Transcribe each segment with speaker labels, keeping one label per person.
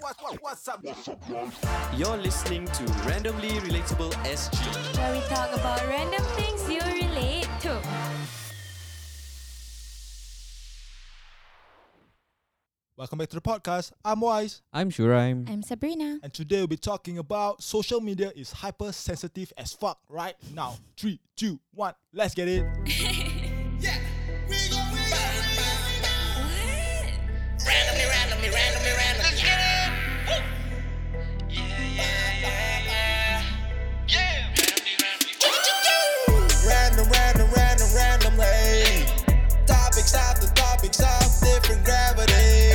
Speaker 1: what, what, what's up?
Speaker 2: You're listening to Randomly Relatable SG.
Speaker 3: where we talk about random things you relate to.
Speaker 4: Welcome back to the podcast. I'm Wise,
Speaker 5: I'm sure I'm.
Speaker 3: I'm Sabrina.
Speaker 4: and today we'll be talking about social media is hypersensitive as fuck right now. Three, two, one, let's get it.
Speaker 6: Randomly, randomly, randomly, randomly. Yeah. Woo. Yeah, yeah, yeah, yeah. Yeah. Randomly, randomly.
Speaker 7: Random, random, random, randomly. Topics after topics of different gravity.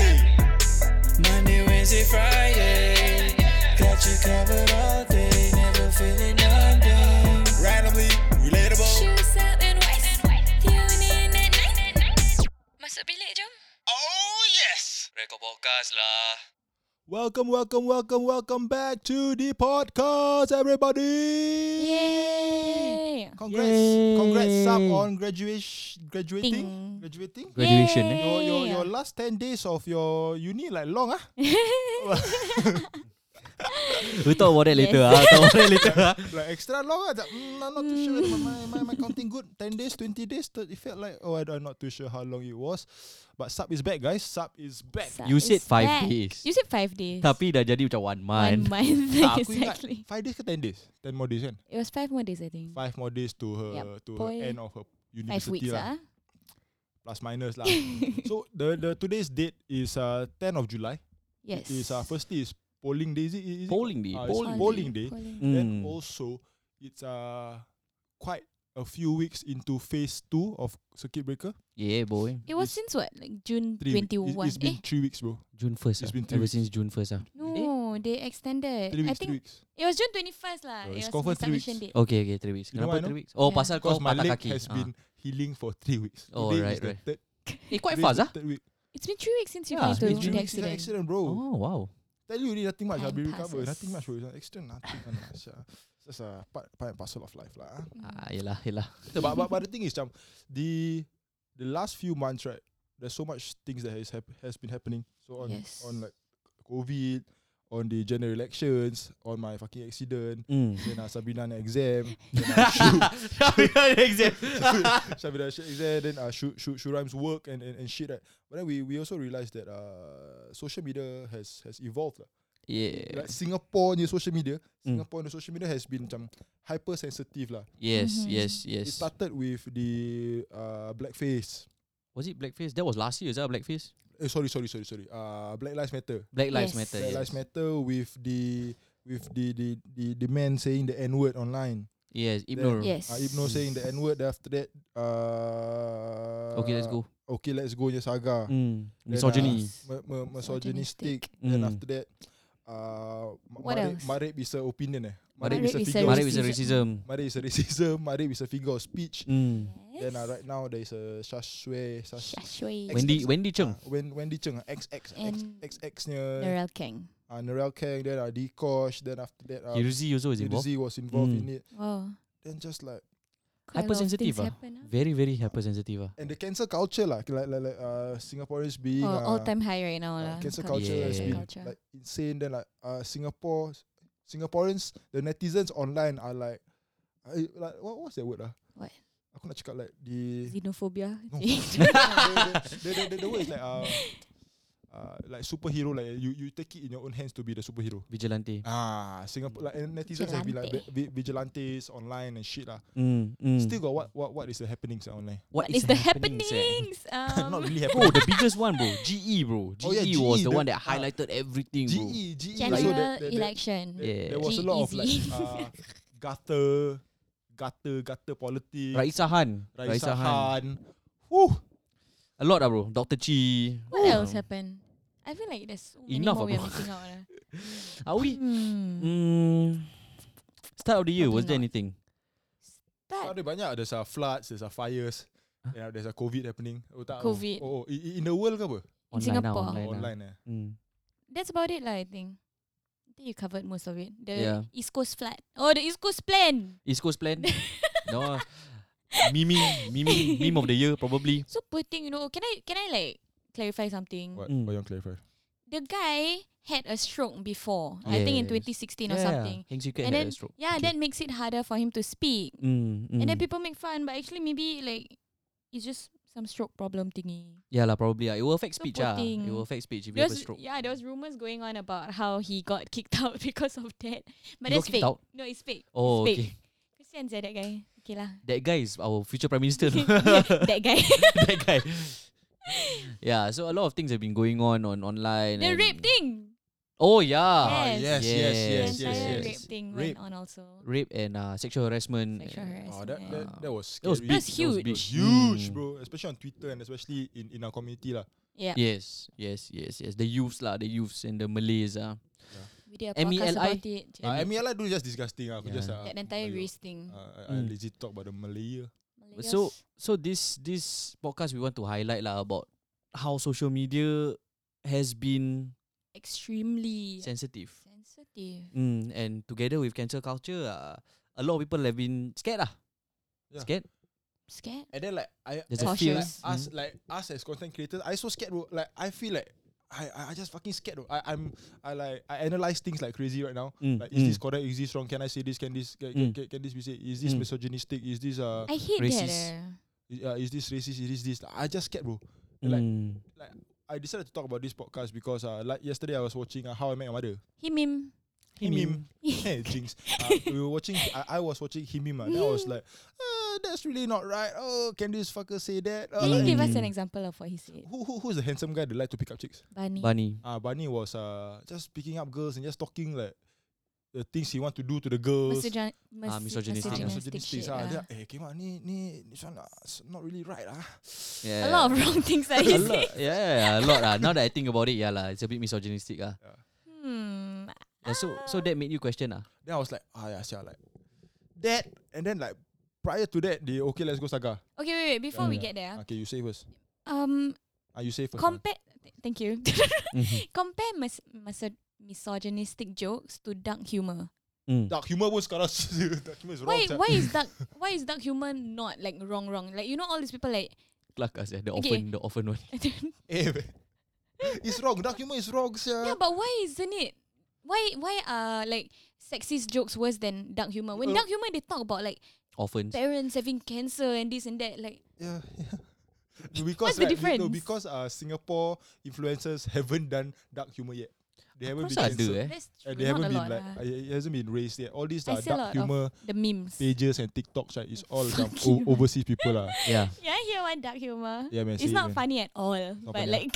Speaker 7: Monday, Wednesday, Friday. Got you covered all day. Never feeling under. Randomly, relatable.
Speaker 3: Shoes up and white. Tune in at night. Masuk bilik jom.
Speaker 6: Oh, yes. Rekod podcast lah.
Speaker 4: Welcome, welcome, welcome, welcome back to the podcast, everybody.
Speaker 3: Yay!
Speaker 4: Congrats,
Speaker 5: Yay.
Speaker 4: congrats, Sab, on graduation, graduating,
Speaker 3: Ting.
Speaker 4: graduating.
Speaker 5: Graduation, eh?
Speaker 4: Your, your,
Speaker 3: Yay.
Speaker 4: your last 10 days of your uni like long ah.
Speaker 5: We talk about that later. ah. Talk about that later. ah.
Speaker 4: like extra long ah. It's like, mm, I'm not too sure whether my, my, my counting good. 10 days, 20 days, thir- it felt like, oh, I, am not too sure how long it was. But sub is back, guys. Sub is back.
Speaker 3: Sub
Speaker 5: You said
Speaker 3: is
Speaker 5: five
Speaker 3: back.
Speaker 5: days.
Speaker 3: You said five days.
Speaker 5: Tapi dah jadi macam one month.
Speaker 3: one month
Speaker 4: Ah, aku ingat
Speaker 3: exactly.
Speaker 4: 5 days ke 10 days? 10 more days kan?
Speaker 3: It was five more days, I think.
Speaker 4: 5 more days to her
Speaker 3: Yep,
Speaker 4: to her
Speaker 3: boy.
Speaker 4: end of her
Speaker 3: Five
Speaker 4: university
Speaker 3: weeks,
Speaker 4: lah.
Speaker 3: ah.
Speaker 4: Plus minus lah. so the the today's date is uh 10 of July.
Speaker 3: Yes.
Speaker 4: Is uh first day is polling day. Is it, is it?
Speaker 5: Polling day.
Speaker 4: Ah, it's
Speaker 5: polling.
Speaker 4: polling day. Hmm.
Speaker 3: Polling.
Speaker 4: Then
Speaker 5: Mm.
Speaker 4: also it's uh quite a few weeks into phase two of circuit breaker.
Speaker 5: Yeah, boy.
Speaker 3: It was
Speaker 4: It's
Speaker 3: since what? Like June
Speaker 4: Three weeks.
Speaker 3: 21.
Speaker 4: It's, it's been
Speaker 3: eh,
Speaker 4: three weeks, bro.
Speaker 5: June 1st.
Speaker 4: It's
Speaker 5: ah.
Speaker 4: been three
Speaker 5: Ever
Speaker 4: weeks.
Speaker 5: since June 1st. ah.
Speaker 3: no, they extended.
Speaker 4: Three
Speaker 3: I
Speaker 4: weeks,
Speaker 3: think
Speaker 4: three weeks.
Speaker 3: it was June 21st lah.
Speaker 4: No,
Speaker 3: it
Speaker 4: it's
Speaker 3: was
Speaker 4: confirmed
Speaker 3: the
Speaker 4: three
Speaker 3: submission
Speaker 4: weeks.
Speaker 3: date.
Speaker 5: Okay, okay, three weeks.
Speaker 4: You know why
Speaker 5: Kenapa
Speaker 4: I know?
Speaker 5: three weeks? Oh,
Speaker 3: Yeah.
Speaker 5: pasal kau
Speaker 4: Because my
Speaker 5: patah
Speaker 4: leg
Speaker 5: kaki.
Speaker 4: has
Speaker 5: Ah.
Speaker 4: been healing for three weeks.
Speaker 5: Oh,
Speaker 4: Today
Speaker 5: right,
Speaker 4: is the
Speaker 5: right.
Speaker 4: Third,
Speaker 5: Eh, quite
Speaker 4: today
Speaker 5: fast
Speaker 4: is the
Speaker 5: ah.
Speaker 4: Third week.
Speaker 3: It's been three weeks since you
Speaker 5: Yeah,
Speaker 3: guys
Speaker 5: it's
Speaker 3: to
Speaker 4: Oh.
Speaker 5: been
Speaker 4: It's
Speaker 5: three
Speaker 3: the
Speaker 4: an accident.
Speaker 3: accident.
Speaker 4: bro.
Speaker 5: Oh, wow.
Speaker 4: Tell you, really nothing much. I'll
Speaker 3: Time
Speaker 4: be recovered.
Speaker 3: passes.
Speaker 4: Nothing much, bro. It's an accident, nothing. one lah, sia. It's just a part, part and parcel of life, lah.
Speaker 3: Mm.
Speaker 4: ah.
Speaker 5: Ah, yelah, yelah.
Speaker 4: So, but, but, but the thing is, macam, the the last few months, right? There's so much things that has hap- has been happening. So on
Speaker 3: Yes.
Speaker 4: on like COVID, on the general elections, on my fucking accident,
Speaker 5: Mm.
Speaker 4: then uh, Sabrina punya exam, Shabira shit exam, then uh, Shu, Shu, Shuraim's work and, and, and shit. Right? But then we, we also realized that uh, social media has has evolved. Lah.
Speaker 5: Yeah.
Speaker 4: Like Singapore ni social media,
Speaker 5: Mm.
Speaker 4: Singapore ni social media has been macam hypersensitive lah.
Speaker 5: Yes,
Speaker 3: Mhm.
Speaker 5: yes,
Speaker 4: It
Speaker 5: yes.
Speaker 4: started with the uh, blackface.
Speaker 5: Was it blackface? That was last year, is that blackface?
Speaker 4: Eh, sorry, sorry, sorry, sorry. Uh, Black Lives Matter.
Speaker 5: Black Lives
Speaker 3: Yes.
Speaker 5: Matter.
Speaker 4: Black
Speaker 5: yes.
Speaker 4: Lives Matter with the with the the the, the man saying the N word online.
Speaker 5: Yes, Ibnur.
Speaker 3: Yes.
Speaker 4: Uh, Ibno saying the N word. Then after that, uh,
Speaker 5: Okay, let's go.
Speaker 4: Okay, let's go. Your saga.
Speaker 5: Mm.
Speaker 4: uh, mi-
Speaker 5: Misogyny.
Speaker 4: mi- misogynistic.
Speaker 5: Misogynistic.
Speaker 4: Then
Speaker 5: Mm.
Speaker 4: after that, uh, ma-
Speaker 3: What
Speaker 4: marib,
Speaker 3: else?
Speaker 4: marib is a opinion eh.
Speaker 5: Marib
Speaker 4: is a
Speaker 3: is a
Speaker 4: figure. of
Speaker 5: Married with
Speaker 4: speech.
Speaker 5: racism.
Speaker 4: Marib is a racism. Marib is a figure of speech.
Speaker 5: Mm.
Speaker 4: Then uh, right now there is a Shashwe, Shash,
Speaker 3: Shashwe.
Speaker 4: Ex-
Speaker 5: Wendy
Speaker 4: ex-
Speaker 5: Wendy Cheng.
Speaker 4: uh, Wen, Wendy Cheng, uh, XX,
Speaker 3: And
Speaker 4: XX nya
Speaker 3: Narelle Kang.
Speaker 4: uh, Narelle Kang, then uh, Dikosh, then after that uh,
Speaker 5: Hiruzi also is involved.
Speaker 4: Hiruzi was involved
Speaker 5: Mm.
Speaker 4: in it.
Speaker 3: Wow.
Speaker 4: Then just like
Speaker 3: Quite a lot of
Speaker 5: Hypersensitive
Speaker 3: things
Speaker 5: ah.
Speaker 3: happen, ah.
Speaker 5: Very very hypersensitive ah.
Speaker 4: and the cancer culture lah, like like, like uh, Singaporeans being
Speaker 3: Oh,
Speaker 4: uh,
Speaker 3: all time high right now
Speaker 4: uh,
Speaker 3: lah.
Speaker 4: cancer
Speaker 3: Cul-
Speaker 4: culture has
Speaker 5: Yeah.
Speaker 4: been
Speaker 3: Culture.
Speaker 4: like insane. Then like uh, Singapore, Singaporeans, the netizens online are like, uh, like what what's that word ah?
Speaker 3: What?
Speaker 4: Aku nak cakap like the
Speaker 3: Xenophobia.
Speaker 4: eh. No. the, the, the, the, the word is like uh, uh, like superhero like you you take it in your own hands to be the superhero.
Speaker 5: Vigilante.
Speaker 4: Ah, Singapore like and netizens have been like vi- vi- vigilantes online and shit lah.
Speaker 5: Mm, mm.
Speaker 4: Still got what what what is the happenings online?
Speaker 5: what
Speaker 3: It's the
Speaker 5: sir?
Speaker 3: happenings.
Speaker 4: Not
Speaker 3: Um,
Speaker 4: really
Speaker 5: Bro,
Speaker 4: happening.
Speaker 5: the biggest one, bro. GE, bro. GE,
Speaker 4: Oh, yeah,
Speaker 5: was
Speaker 4: GE,
Speaker 5: the,
Speaker 4: the- E.
Speaker 5: one that
Speaker 4: ah,
Speaker 5: highlighted everything, bro.
Speaker 4: GE GE
Speaker 3: general
Speaker 4: so that- that- that-
Speaker 3: election.
Speaker 4: There,
Speaker 5: Yeah.
Speaker 4: there was a lot of like
Speaker 3: GEZ.
Speaker 4: uh, gutter, gutter, gutter politics.
Speaker 5: Raisahan.
Speaker 4: Raisa
Speaker 5: Raisahan.
Speaker 4: Han. Whew.
Speaker 5: A lot, ah, bro. Dr. Chi. Oh.
Speaker 3: What else happened? I feel like there's so many
Speaker 5: Enough
Speaker 3: more
Speaker 5: ah,
Speaker 3: we are
Speaker 5: bro.
Speaker 3: missing out. lah.
Speaker 5: Are we?
Speaker 3: Hmm.
Speaker 5: Mm, start of the year,
Speaker 3: Probably
Speaker 5: was there
Speaker 3: not.
Speaker 5: anything?
Speaker 4: Oh,
Speaker 3: Start.
Speaker 4: Ada banyak there's a floods, there's a fires. Huh? There's a COVID happening. Oh, tak, oh.
Speaker 3: COVID.
Speaker 4: Oh, oh. i- i- in the world ke apa?
Speaker 3: In
Speaker 5: Online now,
Speaker 3: Singapore.
Speaker 5: online.
Speaker 4: Online,
Speaker 5: now.
Speaker 4: online eh.
Speaker 5: Mm.
Speaker 3: That's about it lah. I think. I think you covered most of it. The
Speaker 5: Yeah.
Speaker 3: East Coast flat. Oh, the East Coast plan.
Speaker 5: East Coast plan. no. Mimi, Mimi, meme of the year probably.
Speaker 3: So poor thing, you know. Can I can I like clarify something?
Speaker 4: What?
Speaker 5: Mm.
Speaker 4: What you want clarify?
Speaker 3: The-
Speaker 1: the guy had a stroke before. I
Speaker 5: Yeah,
Speaker 1: think in
Speaker 5: yeah, yeah.
Speaker 1: 2016 or something.
Speaker 5: Heng Swee Keat
Speaker 1: And
Speaker 5: had
Speaker 1: then
Speaker 5: a stroke.
Speaker 1: yeah, that makes it harder for him to speak.
Speaker 5: Mm, mm.
Speaker 1: And then people make fun, but actually maybe like it's just some stroke problem thingy.
Speaker 5: yeah lah, probably lah. It will affect
Speaker 1: So
Speaker 5: speech
Speaker 1: poor
Speaker 5: ah. It
Speaker 1: thing.
Speaker 5: will affect speech if you
Speaker 1: There
Speaker 5: have a
Speaker 1: was,
Speaker 5: stroke.
Speaker 1: yeah, there was rumors going on about how he got kicked out because of that.
Speaker 5: He got
Speaker 1: But that's
Speaker 5: kicked
Speaker 1: fake.
Speaker 5: out?
Speaker 1: No, it's fake.
Speaker 5: Oh,
Speaker 1: it's
Speaker 5: okay.
Speaker 1: fake. Kesian sia that guy. Okay lah.
Speaker 5: That guy is our future prime minister. no?
Speaker 1: that guy.
Speaker 5: that guy. yeah, so a lot of things have been going on on online.
Speaker 1: the
Speaker 5: and-
Speaker 1: rape thing.
Speaker 5: Oh yeah,
Speaker 1: Yes.
Speaker 4: Ah, Yes, yes, yes,
Speaker 1: the
Speaker 4: yes,
Speaker 1: entire
Speaker 4: yes.
Speaker 1: rape thing
Speaker 4: Rape.
Speaker 1: went on also.
Speaker 5: rape and uh, sexual harassment.
Speaker 1: Sexual
Speaker 5: uh,
Speaker 1: harassment.
Speaker 4: Oh, that,
Speaker 1: yeah.
Speaker 4: that, that was
Speaker 5: That was
Speaker 4: scary.
Speaker 5: big. that
Speaker 1: That's
Speaker 5: was
Speaker 1: huge.
Speaker 5: big.
Speaker 4: huge,
Speaker 5: Mm.
Speaker 4: bro. Especially on Twitter and especially in, in our community lah.
Speaker 1: yeah.
Speaker 5: Yes, yes, yes, yes. The youths lah, the youths and the Malays ah.
Speaker 1: We did a
Speaker 5: M.E.L.I.
Speaker 1: podcast about it.
Speaker 5: And
Speaker 4: Uh, I
Speaker 5: it-
Speaker 4: mean, I like do just disgusting. ah. Aku
Speaker 5: Mm. Yeah.
Speaker 4: just ah,
Speaker 1: that entire
Speaker 4: ayo.
Speaker 1: race thing.
Speaker 4: Uh, I, I
Speaker 5: Mm.
Speaker 4: lazy talk about the Malaya.
Speaker 1: Malaya's-
Speaker 5: So so this this podcast we want to highlight lah about how social media has been
Speaker 1: extremely
Speaker 5: sensitive.
Speaker 1: sensitive.
Speaker 5: Mm, and together with cancel culture, uh, a lot of people have been scared lah.
Speaker 4: Yeah.
Speaker 5: Scared.
Speaker 1: Scared.
Speaker 4: And then like I,
Speaker 5: There's
Speaker 4: I
Speaker 5: a
Speaker 4: feel
Speaker 5: fear.
Speaker 4: like
Speaker 5: Mm.
Speaker 4: us like us as content creators, I so scared. Bro. Like I feel like I, I, I just fucking scared. Bro. I I'm I like I analyze things like crazy right now.
Speaker 5: Mm,
Speaker 4: Like is
Speaker 5: mm.
Speaker 4: this correct? Is this wrong? Can I say this? Can this can,
Speaker 5: Mm.
Speaker 4: can, can this be said? Is this
Speaker 5: Mm.
Speaker 4: misogynistic? Is this uh,
Speaker 1: I hate that.
Speaker 5: racist.
Speaker 1: eh.
Speaker 4: i- uh is this racist? Is this this? I just scared, bro. like-
Speaker 5: Mm.
Speaker 4: I decided to talk about this podcast because uh like yesterday I was watching uh, How I Met Your Mother.
Speaker 1: Himim.
Speaker 4: Himim. Hey, jinx. Uh, we were watching. I, I was watching Himim. Uh, and I was like, uh, that's really not right. Oh, can this fucker say that? Uh,
Speaker 1: Can you
Speaker 4: like,
Speaker 1: give us an
Speaker 5: Mm.
Speaker 1: example of what he said?
Speaker 4: who who who's the handsome guy that like to pick up chicks?
Speaker 1: Bunny.
Speaker 5: Bunny.
Speaker 4: Ah, Barney was uh just picking up girls and just talking like the things he want to do to the girls.
Speaker 1: Misogyni-
Speaker 5: Ah,
Speaker 1: mis-
Speaker 5: misogynistic,
Speaker 4: Ah,
Speaker 5: yeah.
Speaker 1: misogynistic
Speaker 4: misogynistic.
Speaker 1: shit,
Speaker 4: Ah,
Speaker 1: ah.
Speaker 4: then, eh, came out ni ni this one ah, it's not really right ah.
Speaker 5: Yeah.
Speaker 1: A lot of wrong things
Speaker 5: a
Speaker 1: that he
Speaker 5: lot,
Speaker 1: said.
Speaker 5: yeah, yeah, yeah, a lot lah. Now that I think about it, yeah lah, it's a bit misogynistic ah.
Speaker 1: Hmm.
Speaker 5: Yeah, so so that made you question ah.
Speaker 4: Then I was like, ah yeah, sia, like that. And then like prior to that, the okay, let's go saga.
Speaker 1: Okay, wait, wait. Before we
Speaker 5: Yeah.
Speaker 1: get there,
Speaker 4: Okay, you say first.
Speaker 1: um,
Speaker 4: Ah, you say first. ah.
Speaker 1: compare. th- Thank you.
Speaker 5: Mm-hmm,
Speaker 1: compare mis- miso- misogynistic jokes to dark humor.
Speaker 5: Mm.
Speaker 4: Dark humor pun sekarang Dark humor is wrong
Speaker 1: Why?
Speaker 4: sia.
Speaker 1: Why is dark? Why is dark humor not like wrong? Wrong? Like you know all these people like.
Speaker 5: Kelakar lah, sia, the
Speaker 1: Okay.
Speaker 5: orphan, the orphan one.
Speaker 4: Eh, It's wrong Dark humor is wrong sia.
Speaker 1: Yeah, but why isn't it? Why why are like sexist jokes worse than dark humor? When
Speaker 4: Uh,
Speaker 1: dark humor they talk about like
Speaker 5: Orphans.
Speaker 1: parents having cancer and this and that. Like
Speaker 4: Yeah. because
Speaker 1: What's the
Speaker 4: right, you know,
Speaker 1: difference?
Speaker 4: because uh, Singapore influencers haven't done dark humor yet. They haven't
Speaker 5: Of
Speaker 4: been
Speaker 5: course ada
Speaker 4: censored.
Speaker 5: eh.
Speaker 1: that's true.
Speaker 4: And they
Speaker 1: not
Speaker 4: haven't
Speaker 1: a
Speaker 4: been
Speaker 1: lot.
Speaker 4: like
Speaker 1: lah.
Speaker 4: uh, it hasn't been raised yet. All these uh,
Speaker 1: I see a
Speaker 4: dark
Speaker 1: lot of
Speaker 4: humor
Speaker 1: the memes.
Speaker 4: pages and TikToks right, is all
Speaker 1: Fuck
Speaker 4: from o-
Speaker 1: you.
Speaker 4: overseas people lah.
Speaker 5: Yeah.
Speaker 1: Yeah, here one dark humor.
Speaker 4: Yeah, man.
Speaker 1: It's
Speaker 4: see,
Speaker 1: not
Speaker 4: man.
Speaker 1: funny at all.
Speaker 4: Not
Speaker 1: But
Speaker 4: funny,
Speaker 1: like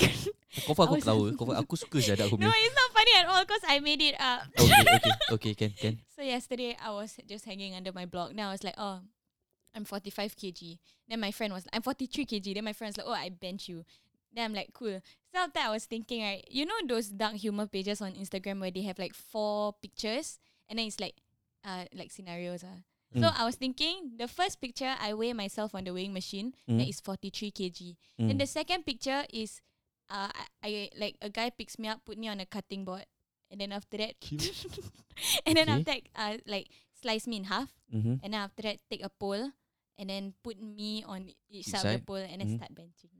Speaker 5: Kau faham aku
Speaker 1: I was-
Speaker 5: ketawa. Kau faham aku suka sia dark
Speaker 1: No,
Speaker 5: humor.
Speaker 1: it's not funny at all because I made it up.
Speaker 5: okay, okay, okay, can, can.
Speaker 1: So yesterday I was just hanging under my block. Then I was like, oh, I'm 45 kg. Then my friend was like, I'm 43 kg. Then my friend was like, oh, I bench you. Then I'm like, cool. So after I was thinking, right, you know those dark humor pages on Instagram where they have like four pictures and then it's like, uh, like scenarios. ah. So
Speaker 5: Mm.
Speaker 1: I was thinking, the first picture I weigh myself on the weighing machine. That is 43 kg.
Speaker 5: Mm.
Speaker 1: Then the second picture is, uh, I, I like a guy picks me up, put me on a cutting board, and then after that,
Speaker 4: Cute.
Speaker 1: and then
Speaker 5: Okay.
Speaker 1: after that, uh, like slice me in half,
Speaker 5: Mm-hmm.
Speaker 1: and then after that, take a pole, and then put me on each,
Speaker 5: Each
Speaker 1: side of the
Speaker 5: side?
Speaker 1: pole, and then
Speaker 5: Mhm.
Speaker 1: start benching me.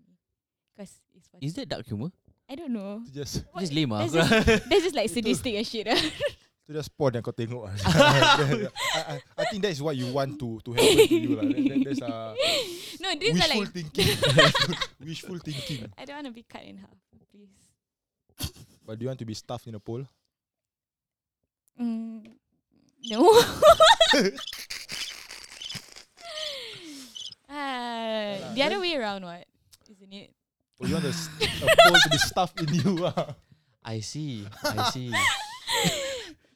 Speaker 1: Cause it's for
Speaker 5: Is that dark humor?
Speaker 1: I don't know.
Speaker 4: Itu just
Speaker 5: It's just lame ah.
Speaker 1: That's just, that's just like
Speaker 4: Itu-
Speaker 1: sadistic and shit.
Speaker 4: itu just porn yang kau tengok. lah. I, I, I think that is what you want to to happen to you lah. That, that, that's uh,
Speaker 1: no, these are
Speaker 4: wishful
Speaker 1: like
Speaker 4: thinking. wishful thinking.
Speaker 1: I don't want to be cut in half, please.
Speaker 4: But do you want to be stuffed in a pole?
Speaker 1: Mm, no. Uh, the other way around, what? Isn't it?
Speaker 4: Or you want a, s- a pole to be stuffed in you? ah?
Speaker 5: I see, I see.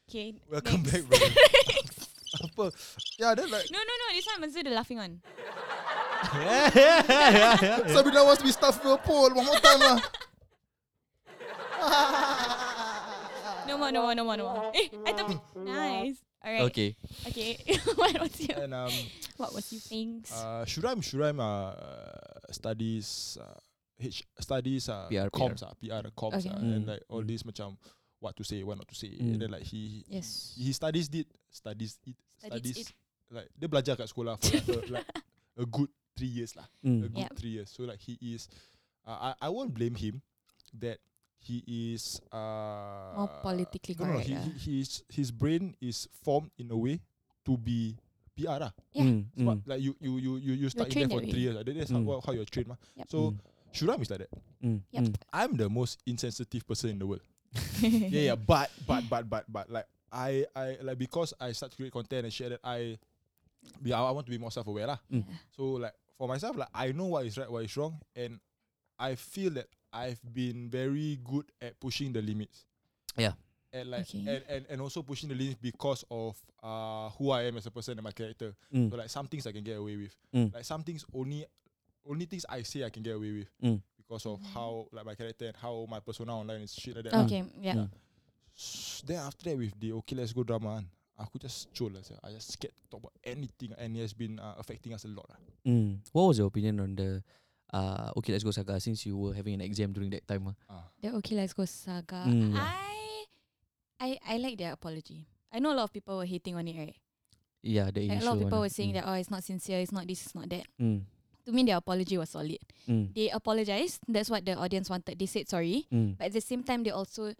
Speaker 1: Okay.
Speaker 4: Welcome
Speaker 1: next.
Speaker 4: back, brother. Apa? Yeah, then like
Speaker 1: No, no, no. This one must do the laughing one.
Speaker 4: Sabrina wants to be stuffed with a pole one more time lah.
Speaker 1: No more, no more, no more, no more. Eh, I thought. Nice. All right.
Speaker 5: Okay.
Speaker 1: Okay. what was your
Speaker 4: And um,
Speaker 1: What was your things?
Speaker 4: uh, Shuraim Shuraim uh, studies uh, H studies uh,
Speaker 5: PR.
Speaker 4: comms ah PR comms
Speaker 1: Okay.
Speaker 4: ah, and
Speaker 5: Mm.
Speaker 4: like all this macam what to say what not to say
Speaker 5: Mm.
Speaker 4: and then like he
Speaker 1: yes.
Speaker 4: he studies it studies it studies
Speaker 1: Studies
Speaker 4: like dia belajar kat sekolah for like, a, like a good three years lah a
Speaker 5: Mm.
Speaker 4: good
Speaker 1: Yep.
Speaker 4: three years. So like he is, uh, I I won't blame him that he is uh,
Speaker 1: More politically
Speaker 4: no, no, no,
Speaker 1: correct,
Speaker 4: he,
Speaker 1: ah.
Speaker 4: he, his his brain is formed in a way to be PR lah.
Speaker 1: Yeah.
Speaker 5: Mm,
Speaker 4: But
Speaker 5: mm,
Speaker 4: like you you you you you stuck in
Speaker 1: trained
Speaker 4: there for
Speaker 1: that
Speaker 4: three years.
Speaker 1: way.
Speaker 4: Like, that- that's
Speaker 5: Mm.
Speaker 4: how, how you're trained, mah.
Speaker 1: Yep.
Speaker 4: So Shuram is like that.
Speaker 5: mm,
Speaker 1: Yep.
Speaker 5: mm.
Speaker 4: I'm the most insensitive person in the world. yeah, yeah. But but but but but like I I like because I start to create content and share that I yeah, I I want to be more self aware lah.
Speaker 5: Mm.
Speaker 4: So like for myself, like I know what is right, what is wrong, and I feel that I've been very good at pushing the limits.
Speaker 5: Yeah.
Speaker 4: And like
Speaker 1: Okay.
Speaker 4: and, and, and also pushing the limits because of uh who I am as a person and my character.
Speaker 5: Mm.
Speaker 4: So like some things I can get away with.
Speaker 5: Mm.
Speaker 4: Like some things only only things I say I can get away with
Speaker 5: Mm.
Speaker 4: because of how like my character and how my persona online is shit like that. lah.
Speaker 1: Mm-hmm. Okay. Yeah.
Speaker 5: Yeah.
Speaker 4: S- Then after that with the okay let's go drama kan, aku just chol lah. sia. I just scared to talk about anything and it has been uh, affecting us a lot lah.
Speaker 5: Mm. What was your opinion on the uh okay let's go saga since you were having an exam during that time? ah?
Speaker 1: The okay, let's go saga.
Speaker 5: Mm.
Speaker 1: I, I, I like their apology. I know a lot of people were hating on it, right?
Speaker 5: Yeah, the
Speaker 1: Like,
Speaker 5: initial
Speaker 1: a lot of
Speaker 5: one,
Speaker 1: people
Speaker 5: ah.
Speaker 1: were saying
Speaker 5: mm.
Speaker 1: that oh, it's not sincere, it's not this, it's not that.
Speaker 5: Mm.
Speaker 1: To me, their apology was solid.
Speaker 5: Mm.
Speaker 1: They apologized. That's what the audience wanted. They said sorry,
Speaker 5: Mm.
Speaker 1: but at the same time, they also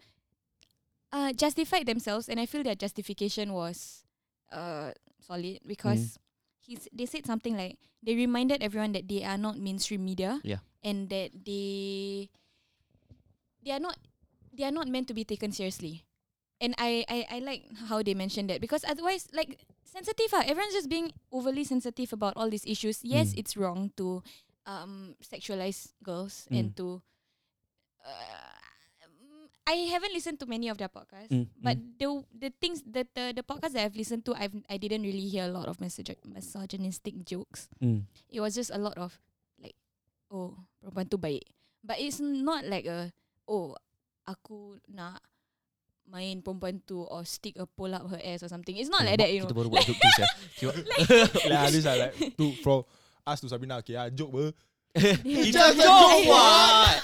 Speaker 1: uh, justified themselves, and I feel their justification was uh, solid
Speaker 5: Mm.
Speaker 1: because he's, they said something like they reminded everyone that they are not mainstream media,
Speaker 5: Yeah.
Speaker 1: and that they they are not they are not meant to be taken seriously. And I, I, I like how they mentioned that because otherwise, like, sensitive. Ah. Everyone's just being overly sensitive about all these issues. Yes,
Speaker 5: Mm.
Speaker 1: it's wrong to um, sexualize girls and
Speaker 5: Mm.
Speaker 1: to. Uh, mm, I haven't listened to many of their podcasts,
Speaker 5: Mm,
Speaker 1: but the the things that the, the podcasts that I've listened to, I've I didn't really hear a lot of misogy- misogynistic jokes.
Speaker 5: Mm.
Speaker 1: It was just a lot of like, oh, perempuan tu baik, but it's not like a oh, aku nak main perempuan tu or stick a pull up her ass or something. It's not like that, you know.
Speaker 5: mm. Kita baru buat joke tu sia. Kiwa-
Speaker 4: like this are like to from us to Sabrina okay ah, joke ber.
Speaker 5: It's a joke Oh, what?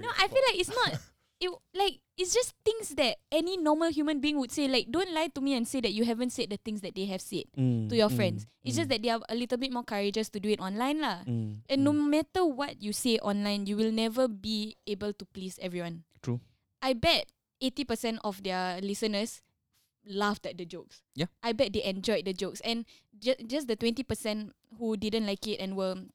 Speaker 1: No, I feel like it's not. It like it's just things that any normal human being would say. Like, don't lie to me and say that you haven't said the things that they have said
Speaker 5: Mm,
Speaker 1: to your
Speaker 5: mm,
Speaker 1: friends. It's just
Speaker 5: mm,
Speaker 1: that they are a little bit more courageous to do it online, lah.
Speaker 5: mm,
Speaker 1: And no
Speaker 5: mm.
Speaker 1: matter what you say online, you will never be able to please everyone.
Speaker 5: True.
Speaker 1: I bet eighty percent of their listeners laughed at the jokes.
Speaker 5: Yeah.
Speaker 1: I bet they enjoyed the jokes, and ju- just the twenty percent who didn't like it and were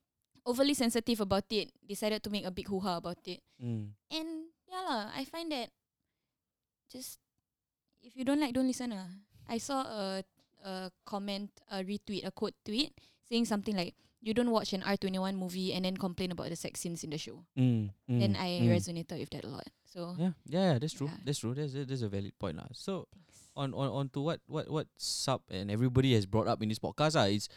Speaker 1: overly sensitive about it decided to make a big hoo ha about it.
Speaker 5: Mm.
Speaker 1: And yeah lah, I find that just if you don't like, don't listen ah. I saw a a comment, a retweet, a quote tweet saying something like, "You don't watch an R twenty one movie and then complain about the sex scenes in the show."
Speaker 5: Mm, mm,
Speaker 1: Then I
Speaker 5: mm.
Speaker 1: resonated with that a lot. So
Speaker 5: Yeah, yeah, yeah, that's true.
Speaker 1: Yeah.
Speaker 5: That's true. That's that's a valid point lah. So on on on to what what what sub and everybody has brought up in this podcast ah, it's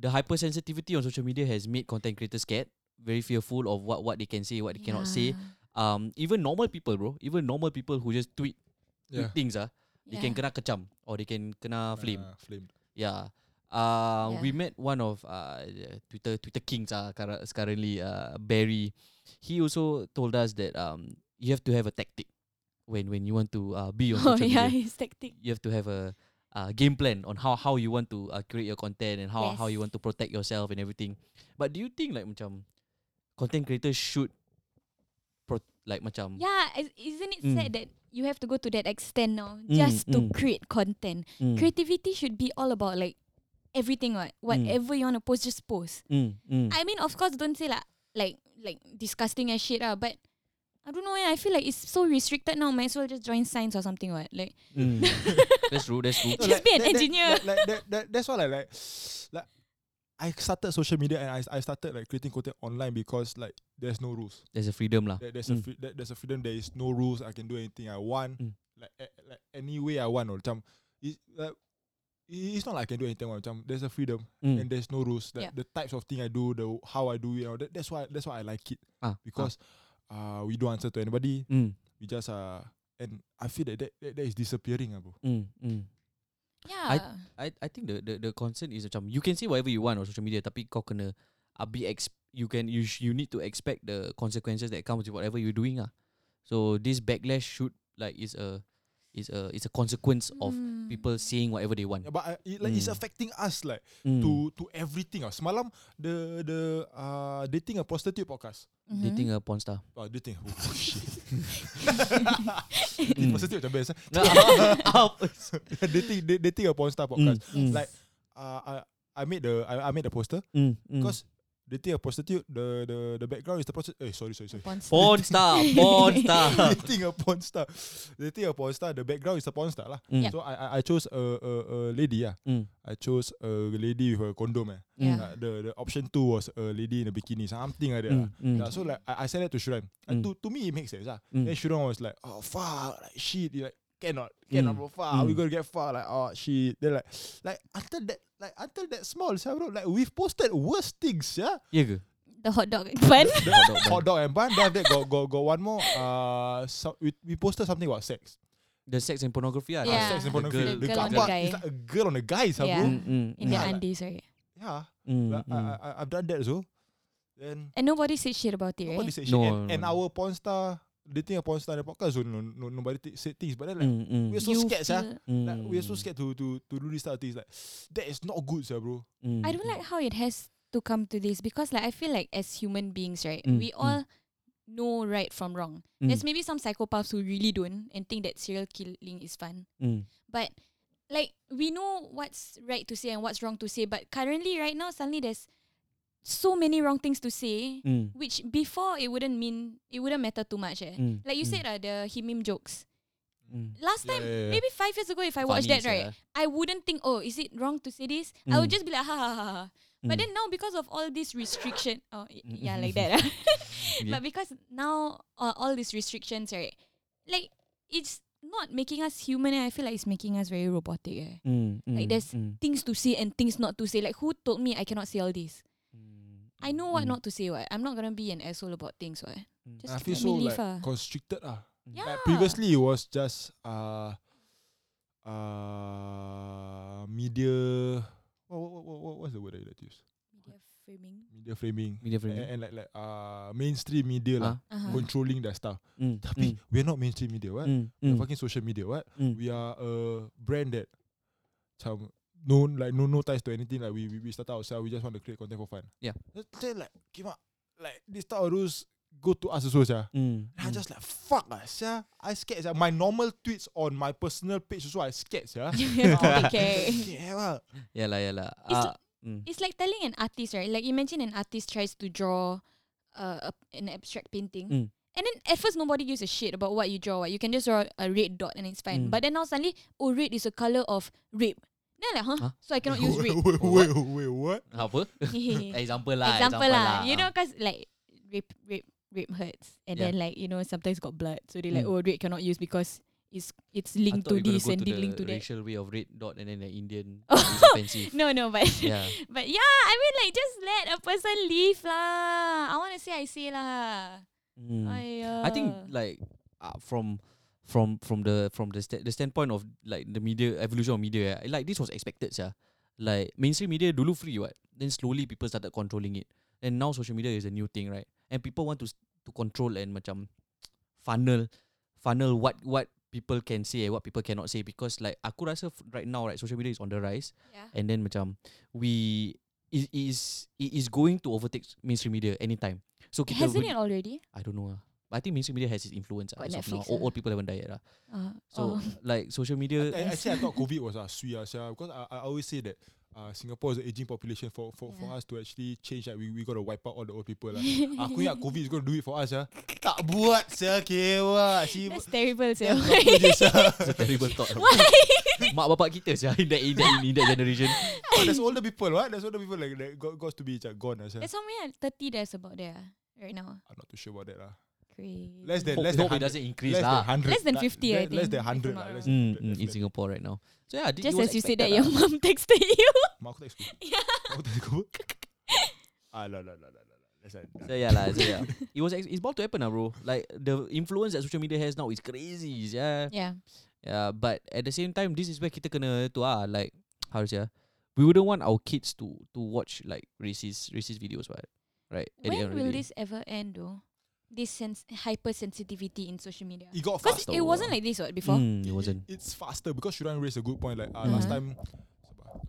Speaker 5: the hypersensitivity on social media has made content creators scared, very fearful of what what they can say, what they cannot say. Um, even normal people, bro, even normal people who just tweet tweet
Speaker 4: Yeah.
Speaker 5: things ah, they can
Speaker 1: Yeah.
Speaker 5: kena kecam or they can kena flame.
Speaker 4: Uh, flame.
Speaker 5: Yeah. Uh, we
Speaker 1: Yeah.
Speaker 5: met one of uh the Twitter Twitter kings uh, curr- currently uh Barry. He also told us that um you have to have a tactic when when you want to uh, be on
Speaker 1: Oh
Speaker 5: social
Speaker 1: yeah,
Speaker 5: media.
Speaker 1: his tactic.
Speaker 5: You have to have a uh, game plan on how how you want to uh, create your content and how how you
Speaker 1: Yes.
Speaker 5: want to protect yourself and everything. But do you think like macam content creators should pro- like macam
Speaker 1: Yeah, is- isn't it
Speaker 5: Mm.
Speaker 1: sad that you have to go to that extent now
Speaker 5: Mm,
Speaker 1: just to
Speaker 5: mm.
Speaker 1: create content?
Speaker 5: Mm,
Speaker 1: Creativity should be all about like everything,
Speaker 5: Hmm.
Speaker 1: what whatever you wanna post, just post.
Speaker 5: mm, mm.
Speaker 1: I mean, of course, don't say like like like disgusting as shit ah. But I don't know. Eh, I feel like it's so restricted now. Might as well just join science or something. What like
Speaker 5: mm. that's true that's true
Speaker 4: No,
Speaker 1: Just be
Speaker 4: that- that-
Speaker 1: an engineer.
Speaker 4: Like, like that, that, that's why like, like like I started social media and I I started like creating content online because like there's no rules.
Speaker 5: there's a freedom lah
Speaker 4: There, there's a
Speaker 5: Mm.
Speaker 4: free, there, there's a freedom. There is no rules. I can do anything I want.
Speaker 5: Mm.
Speaker 4: Like a- like any way I want. Or macam it, like, it- it's not like I can do anything. I want. Macam there's a freedom
Speaker 5: Mm.
Speaker 4: and there's no rules. Like
Speaker 1: Yeah.
Speaker 4: the types of thing I do, the w- how I do it. All that, that's why that's why I like it
Speaker 5: Ah, ah.
Speaker 4: because uh we don't answer to anybody.
Speaker 5: mm,
Speaker 4: We just uh and I feel that that, that, that is disappearing, ah, bro.
Speaker 5: mm, mm.
Speaker 1: yeah,
Speaker 5: I I think the the the concern is macam you can say whatever you want on social media tapi kau kena uh, be ex you can you sh- you need to expect the consequences that comes with whatever you're doing ah. So this backlash should like is a It's a it's a consequence of
Speaker 1: Mm.
Speaker 5: people saying whatever they want.
Speaker 4: Yeah, but I, it, like it's
Speaker 5: Mm.
Speaker 4: affecting us like
Speaker 5: Mm.
Speaker 4: to to everything. Ah, semalam the the uh, dating a prostitute podcast.
Speaker 1: Mm-hmm.
Speaker 5: dating a porn star.
Speaker 4: Oh, dating. Oh, shit. dating
Speaker 1: Hmm.
Speaker 5: Mm.
Speaker 4: prostitute macam best. ah. dating da- dating a porn star podcast.
Speaker 5: Mm, mm.
Speaker 4: Like uh, I I made the I, I made the poster
Speaker 5: Mm, mm.
Speaker 4: because dating a prostitute the the the background is the prostitute. Eh, sorry sorry sorry.
Speaker 5: porn star, porn star.
Speaker 4: dating a porn star. Dating a porn star. The background is a porn star lah.
Speaker 5: Mm.
Speaker 4: So I I, I chose a, a a lady ah.
Speaker 5: Mm.
Speaker 4: I chose a lady with a condom eh.
Speaker 1: Yeah.
Speaker 4: Uh, the the option two was a lady in a bikini, something like that.
Speaker 5: Ah. Mm,
Speaker 4: lah.
Speaker 5: mm.
Speaker 4: Yeah, so like I, I said that to Shuran. And to,
Speaker 5: Mm.
Speaker 4: to me it makes sense. lah.
Speaker 5: Mm.
Speaker 4: Then Shuran was like, Oh fuck, like shit, he like cannot, cannot
Speaker 5: Mm,
Speaker 4: bro, fuck, we
Speaker 5: mm.
Speaker 4: gonna get fucked, like oh shit. Then like like until that like until that small so bro, like we've posted worse things, yeah.
Speaker 5: Yeah ke?
Speaker 1: The hot dog bun.
Speaker 4: The
Speaker 5: dog bun.
Speaker 4: hot dog and bun, then after that got, got, got one more uh so, we, we posted something about sex. Uh,
Speaker 5: The sex and pornography lah.
Speaker 1: Ah, Yeah.
Speaker 4: Sex and
Speaker 5: The
Speaker 4: pornography.
Speaker 5: girl-
Speaker 4: the
Speaker 1: girl on the
Speaker 4: gambar,
Speaker 1: guy.
Speaker 4: It's like a girl on a guy, yeah.
Speaker 1: Yeah.
Speaker 4: bro.
Speaker 5: Mm, mm,
Speaker 1: In
Speaker 5: mm.
Speaker 1: their
Speaker 4: Yeah, like-
Speaker 1: undies, right?
Speaker 4: Yeah.
Speaker 5: Mm,
Speaker 4: Like, I,
Speaker 5: mm.
Speaker 4: I, I- I've done that so. Then
Speaker 1: And nobody said shit about it,
Speaker 4: Nobody
Speaker 1: right?
Speaker 4: said shit.
Speaker 5: No,
Speaker 4: and,
Speaker 5: no,
Speaker 4: and
Speaker 5: no.
Speaker 4: our porn star, the thing of porn star in the podcast, so no, no, nobody t- said things. But then like,
Speaker 5: Mm, mm,
Speaker 4: we're so
Speaker 1: You
Speaker 4: scared, sir.
Speaker 1: feel-
Speaker 5: mm,
Speaker 4: Like, we're so scared to, to, to do this type of things. Like, that is not good, sir, bro.
Speaker 5: mm,
Speaker 1: I don't like how it has to come to this because like I feel like as human beings, right,
Speaker 5: Mm,
Speaker 1: we
Speaker 5: mm.
Speaker 1: all know right from wrong.
Speaker 5: Mm,
Speaker 1: There's maybe some psychopaths who really don't and think that serial killing is fun.
Speaker 5: mm.
Speaker 1: But like we know what's right to say and what's wrong to say, but currently right now suddenly there's so many wrong things to say
Speaker 5: Mm,
Speaker 1: which before it wouldn't mean it wouldn't matter too much. Eh.
Speaker 5: mm,
Speaker 1: Like you
Speaker 5: mm,
Speaker 1: said uh, the himim jokes.
Speaker 5: mm.
Speaker 1: Last
Speaker 4: Yeah,
Speaker 1: time
Speaker 4: yeah, yeah.
Speaker 1: maybe five years ago if I watched
Speaker 5: Funny
Speaker 1: that right,
Speaker 5: sia.
Speaker 1: I wouldn't think, oh, is it wrong to say this? I would
Speaker 5: Mm.
Speaker 1: just be like, ha ha ha. ha. But
Speaker 5: Mm.
Speaker 1: then now because of all this restriction, oh y-
Speaker 5: Mm,
Speaker 1: yeah,
Speaker 5: mm,
Speaker 1: like
Speaker 5: mm,
Speaker 1: that. ah.
Speaker 5: Okay.
Speaker 1: But because now uh, all these restrictions, right? Like it's not making us human. eh. I feel like it's making us very robotic. Eh.
Speaker 5: Mm, mm,
Speaker 1: like there's
Speaker 5: mm,
Speaker 1: Things to say and things not to say. Like who told me I cannot say all this?
Speaker 5: mm,
Speaker 1: I know what
Speaker 5: mm,
Speaker 1: not to say. What I'm not gonna be an asshole about things. What
Speaker 5: Mm.
Speaker 1: just
Speaker 4: I
Speaker 1: let
Speaker 4: feel
Speaker 1: me
Speaker 4: so,
Speaker 1: leave.
Speaker 4: like,
Speaker 1: ah.
Speaker 4: constricted. Ah.
Speaker 1: yeah.
Speaker 4: Like, previously, it was just uh, uh, media. What, what, what, what, what's the word I like to use?
Speaker 1: Media framing.
Speaker 4: Media framing.
Speaker 5: Media
Speaker 4: And,
Speaker 5: framing.
Speaker 4: and like, like uh, mainstream media, lah,
Speaker 5: Ah,
Speaker 1: Uh-huh.
Speaker 4: controlling their stuff.
Speaker 5: mm,
Speaker 4: Tapi, we're not mainstream media, what?
Speaker 5: mm,
Speaker 4: We're
Speaker 5: mm,
Speaker 4: fucking social media, what?
Speaker 5: mm.
Speaker 4: we are a brand that macam no like no no ties to anything like we we, we start ourselves we just want to create content for fun
Speaker 5: Yeah.
Speaker 4: Then- then like came out like this type of rules go to us also yeah.
Speaker 5: Mm,
Speaker 4: I
Speaker 5: mm.
Speaker 4: just like fuck lah sia. I scared sia. My normal tweets on my personal page also I scared sia. ah.
Speaker 1: okay.
Speaker 4: yeah, lah.
Speaker 5: Yeah lah, yeah lah.
Speaker 1: It's-
Speaker 5: Ah, mm,
Speaker 1: It's like telling an artist, right? Like imagine an artist tries to draw uh, a, an abstract painting.
Speaker 5: Mm.
Speaker 1: And then at first nobody gives a shit about what you draw. What you can just draw a red dot and it's fine.
Speaker 5: Mm.
Speaker 1: But then now suddenly, oh red is a color of rape. Then I'm like, huh?
Speaker 5: Huh?
Speaker 1: So I cannot use
Speaker 4: wait,
Speaker 1: rape.
Speaker 4: wait, wait, wait, what?
Speaker 5: Apa? Example
Speaker 1: example,
Speaker 5: lah.
Speaker 1: example lah. You
Speaker 5: ah.
Speaker 1: know, cause like rape, rape, rape hurts, and
Speaker 5: Yeah.
Speaker 1: then like you know sometimes got blood. So they like,
Speaker 5: Mm.
Speaker 1: oh red cannot use because it's it's
Speaker 5: I
Speaker 1: linked
Speaker 5: thought
Speaker 1: to
Speaker 5: you gonna
Speaker 1: this
Speaker 5: go
Speaker 1: and
Speaker 5: to
Speaker 1: it linked to
Speaker 5: the
Speaker 1: that.
Speaker 5: racial way of red dot and then the Indian
Speaker 1: Oh.
Speaker 5: is offensive.
Speaker 1: No, no, but
Speaker 5: Yeah.
Speaker 1: But yeah, I mean like just let a person leave lah. I want to say I say lah.
Speaker 5: Mm.
Speaker 1: Aiya.
Speaker 5: I think like uh, from from from the from the sta- the standpoint of like the media evolution of media, yeah, like this was expected, yeah. Like mainstream media dulu free what, then slowly people started controlling it, and now social media is a new thing, right? And people want to s- to control and macam funnel funnel what what people can say and what people cannot say because like aku rasa f- right now right social media is on the rise
Speaker 1: yeah.
Speaker 5: and then macam we it is it is going to overtake mainstream media anytime. So kita
Speaker 1: Hasn't
Speaker 5: really-
Speaker 1: it already?
Speaker 5: I don't know. ah. But I think mainstream media has its influence. ah, as
Speaker 1: Got
Speaker 5: of now.
Speaker 1: Netflix
Speaker 5: Old,
Speaker 1: ah.
Speaker 5: old people haven't died yet. ah.
Speaker 1: Uh,
Speaker 5: So
Speaker 1: oh.
Speaker 5: like social
Speaker 4: I,
Speaker 5: media.
Speaker 4: actually, I thought COVID was uh, sweet uh, sia, because I, I always say that uh, Singapore is an aging population. For for, for
Speaker 1: Yeah.
Speaker 4: us to actually change, that we we gotta wipe out all the old people lah. Aku ingat COVID is gonna do it for us ya. Tak buat sia kewa. Si
Speaker 1: That's terrible, so.
Speaker 4: Apa je, sia.
Speaker 5: It's a terrible thought.
Speaker 1: Why?
Speaker 5: Mak bapak kita sia in that in that, in that generation.
Speaker 4: Oh, There's older people what? There's older people like that got, got to be like, gone lah sia.
Speaker 1: That's how many ah, 30 there's about there ah, right now.
Speaker 4: I'm not too sure about that lah.
Speaker 1: Crazy.
Speaker 4: Less than
Speaker 5: Hope,
Speaker 4: less
Speaker 5: hope
Speaker 4: than
Speaker 5: it
Speaker 4: 100.
Speaker 5: doesn't increase
Speaker 4: Less than
Speaker 5: lah.
Speaker 4: 100.
Speaker 1: Less than
Speaker 4: Like,
Speaker 1: 50, I
Speaker 4: less- Less
Speaker 1: think,
Speaker 4: than 100 lah.
Speaker 1: if I'm not
Speaker 4: less
Speaker 1: wrong.
Speaker 4: than
Speaker 5: Mm,
Speaker 4: 100, less
Speaker 5: mm, in
Speaker 4: than-
Speaker 5: Singapore right now. So yeah, this,
Speaker 1: Just
Speaker 5: it was
Speaker 1: as you said that,
Speaker 5: expected
Speaker 1: your
Speaker 5: lah.
Speaker 1: mom texted you.
Speaker 4: Mak aku tak suka.
Speaker 1: yeah.
Speaker 4: Aku tak suka. Ah, lah, lah, lah, lah, lah. Less than-
Speaker 5: So yeah lah, so yeah. It was ex- it's about to happen lah, bro. Like the influence that social media has now is crazy, yeah.
Speaker 1: Yeah.
Speaker 5: Yeah, but at the same time, this is where kita kena tu ah, like how to say ah, we wouldn't want our kids to to watch like racist racist videos, right? Right. at the end
Speaker 1: When
Speaker 5: of the
Speaker 1: will
Speaker 5: day.
Speaker 1: this ever end, though? this sens- hypersensitivity in social media.
Speaker 4: It got
Speaker 1: Because
Speaker 4: faster.
Speaker 1: it wasn't like this what before.
Speaker 5: Mm,
Speaker 4: It-
Speaker 5: it
Speaker 4: it-
Speaker 5: wasn't.
Speaker 4: It's faster because Shuran raised a good point. Like uh,
Speaker 1: Mhm.
Speaker 4: last time,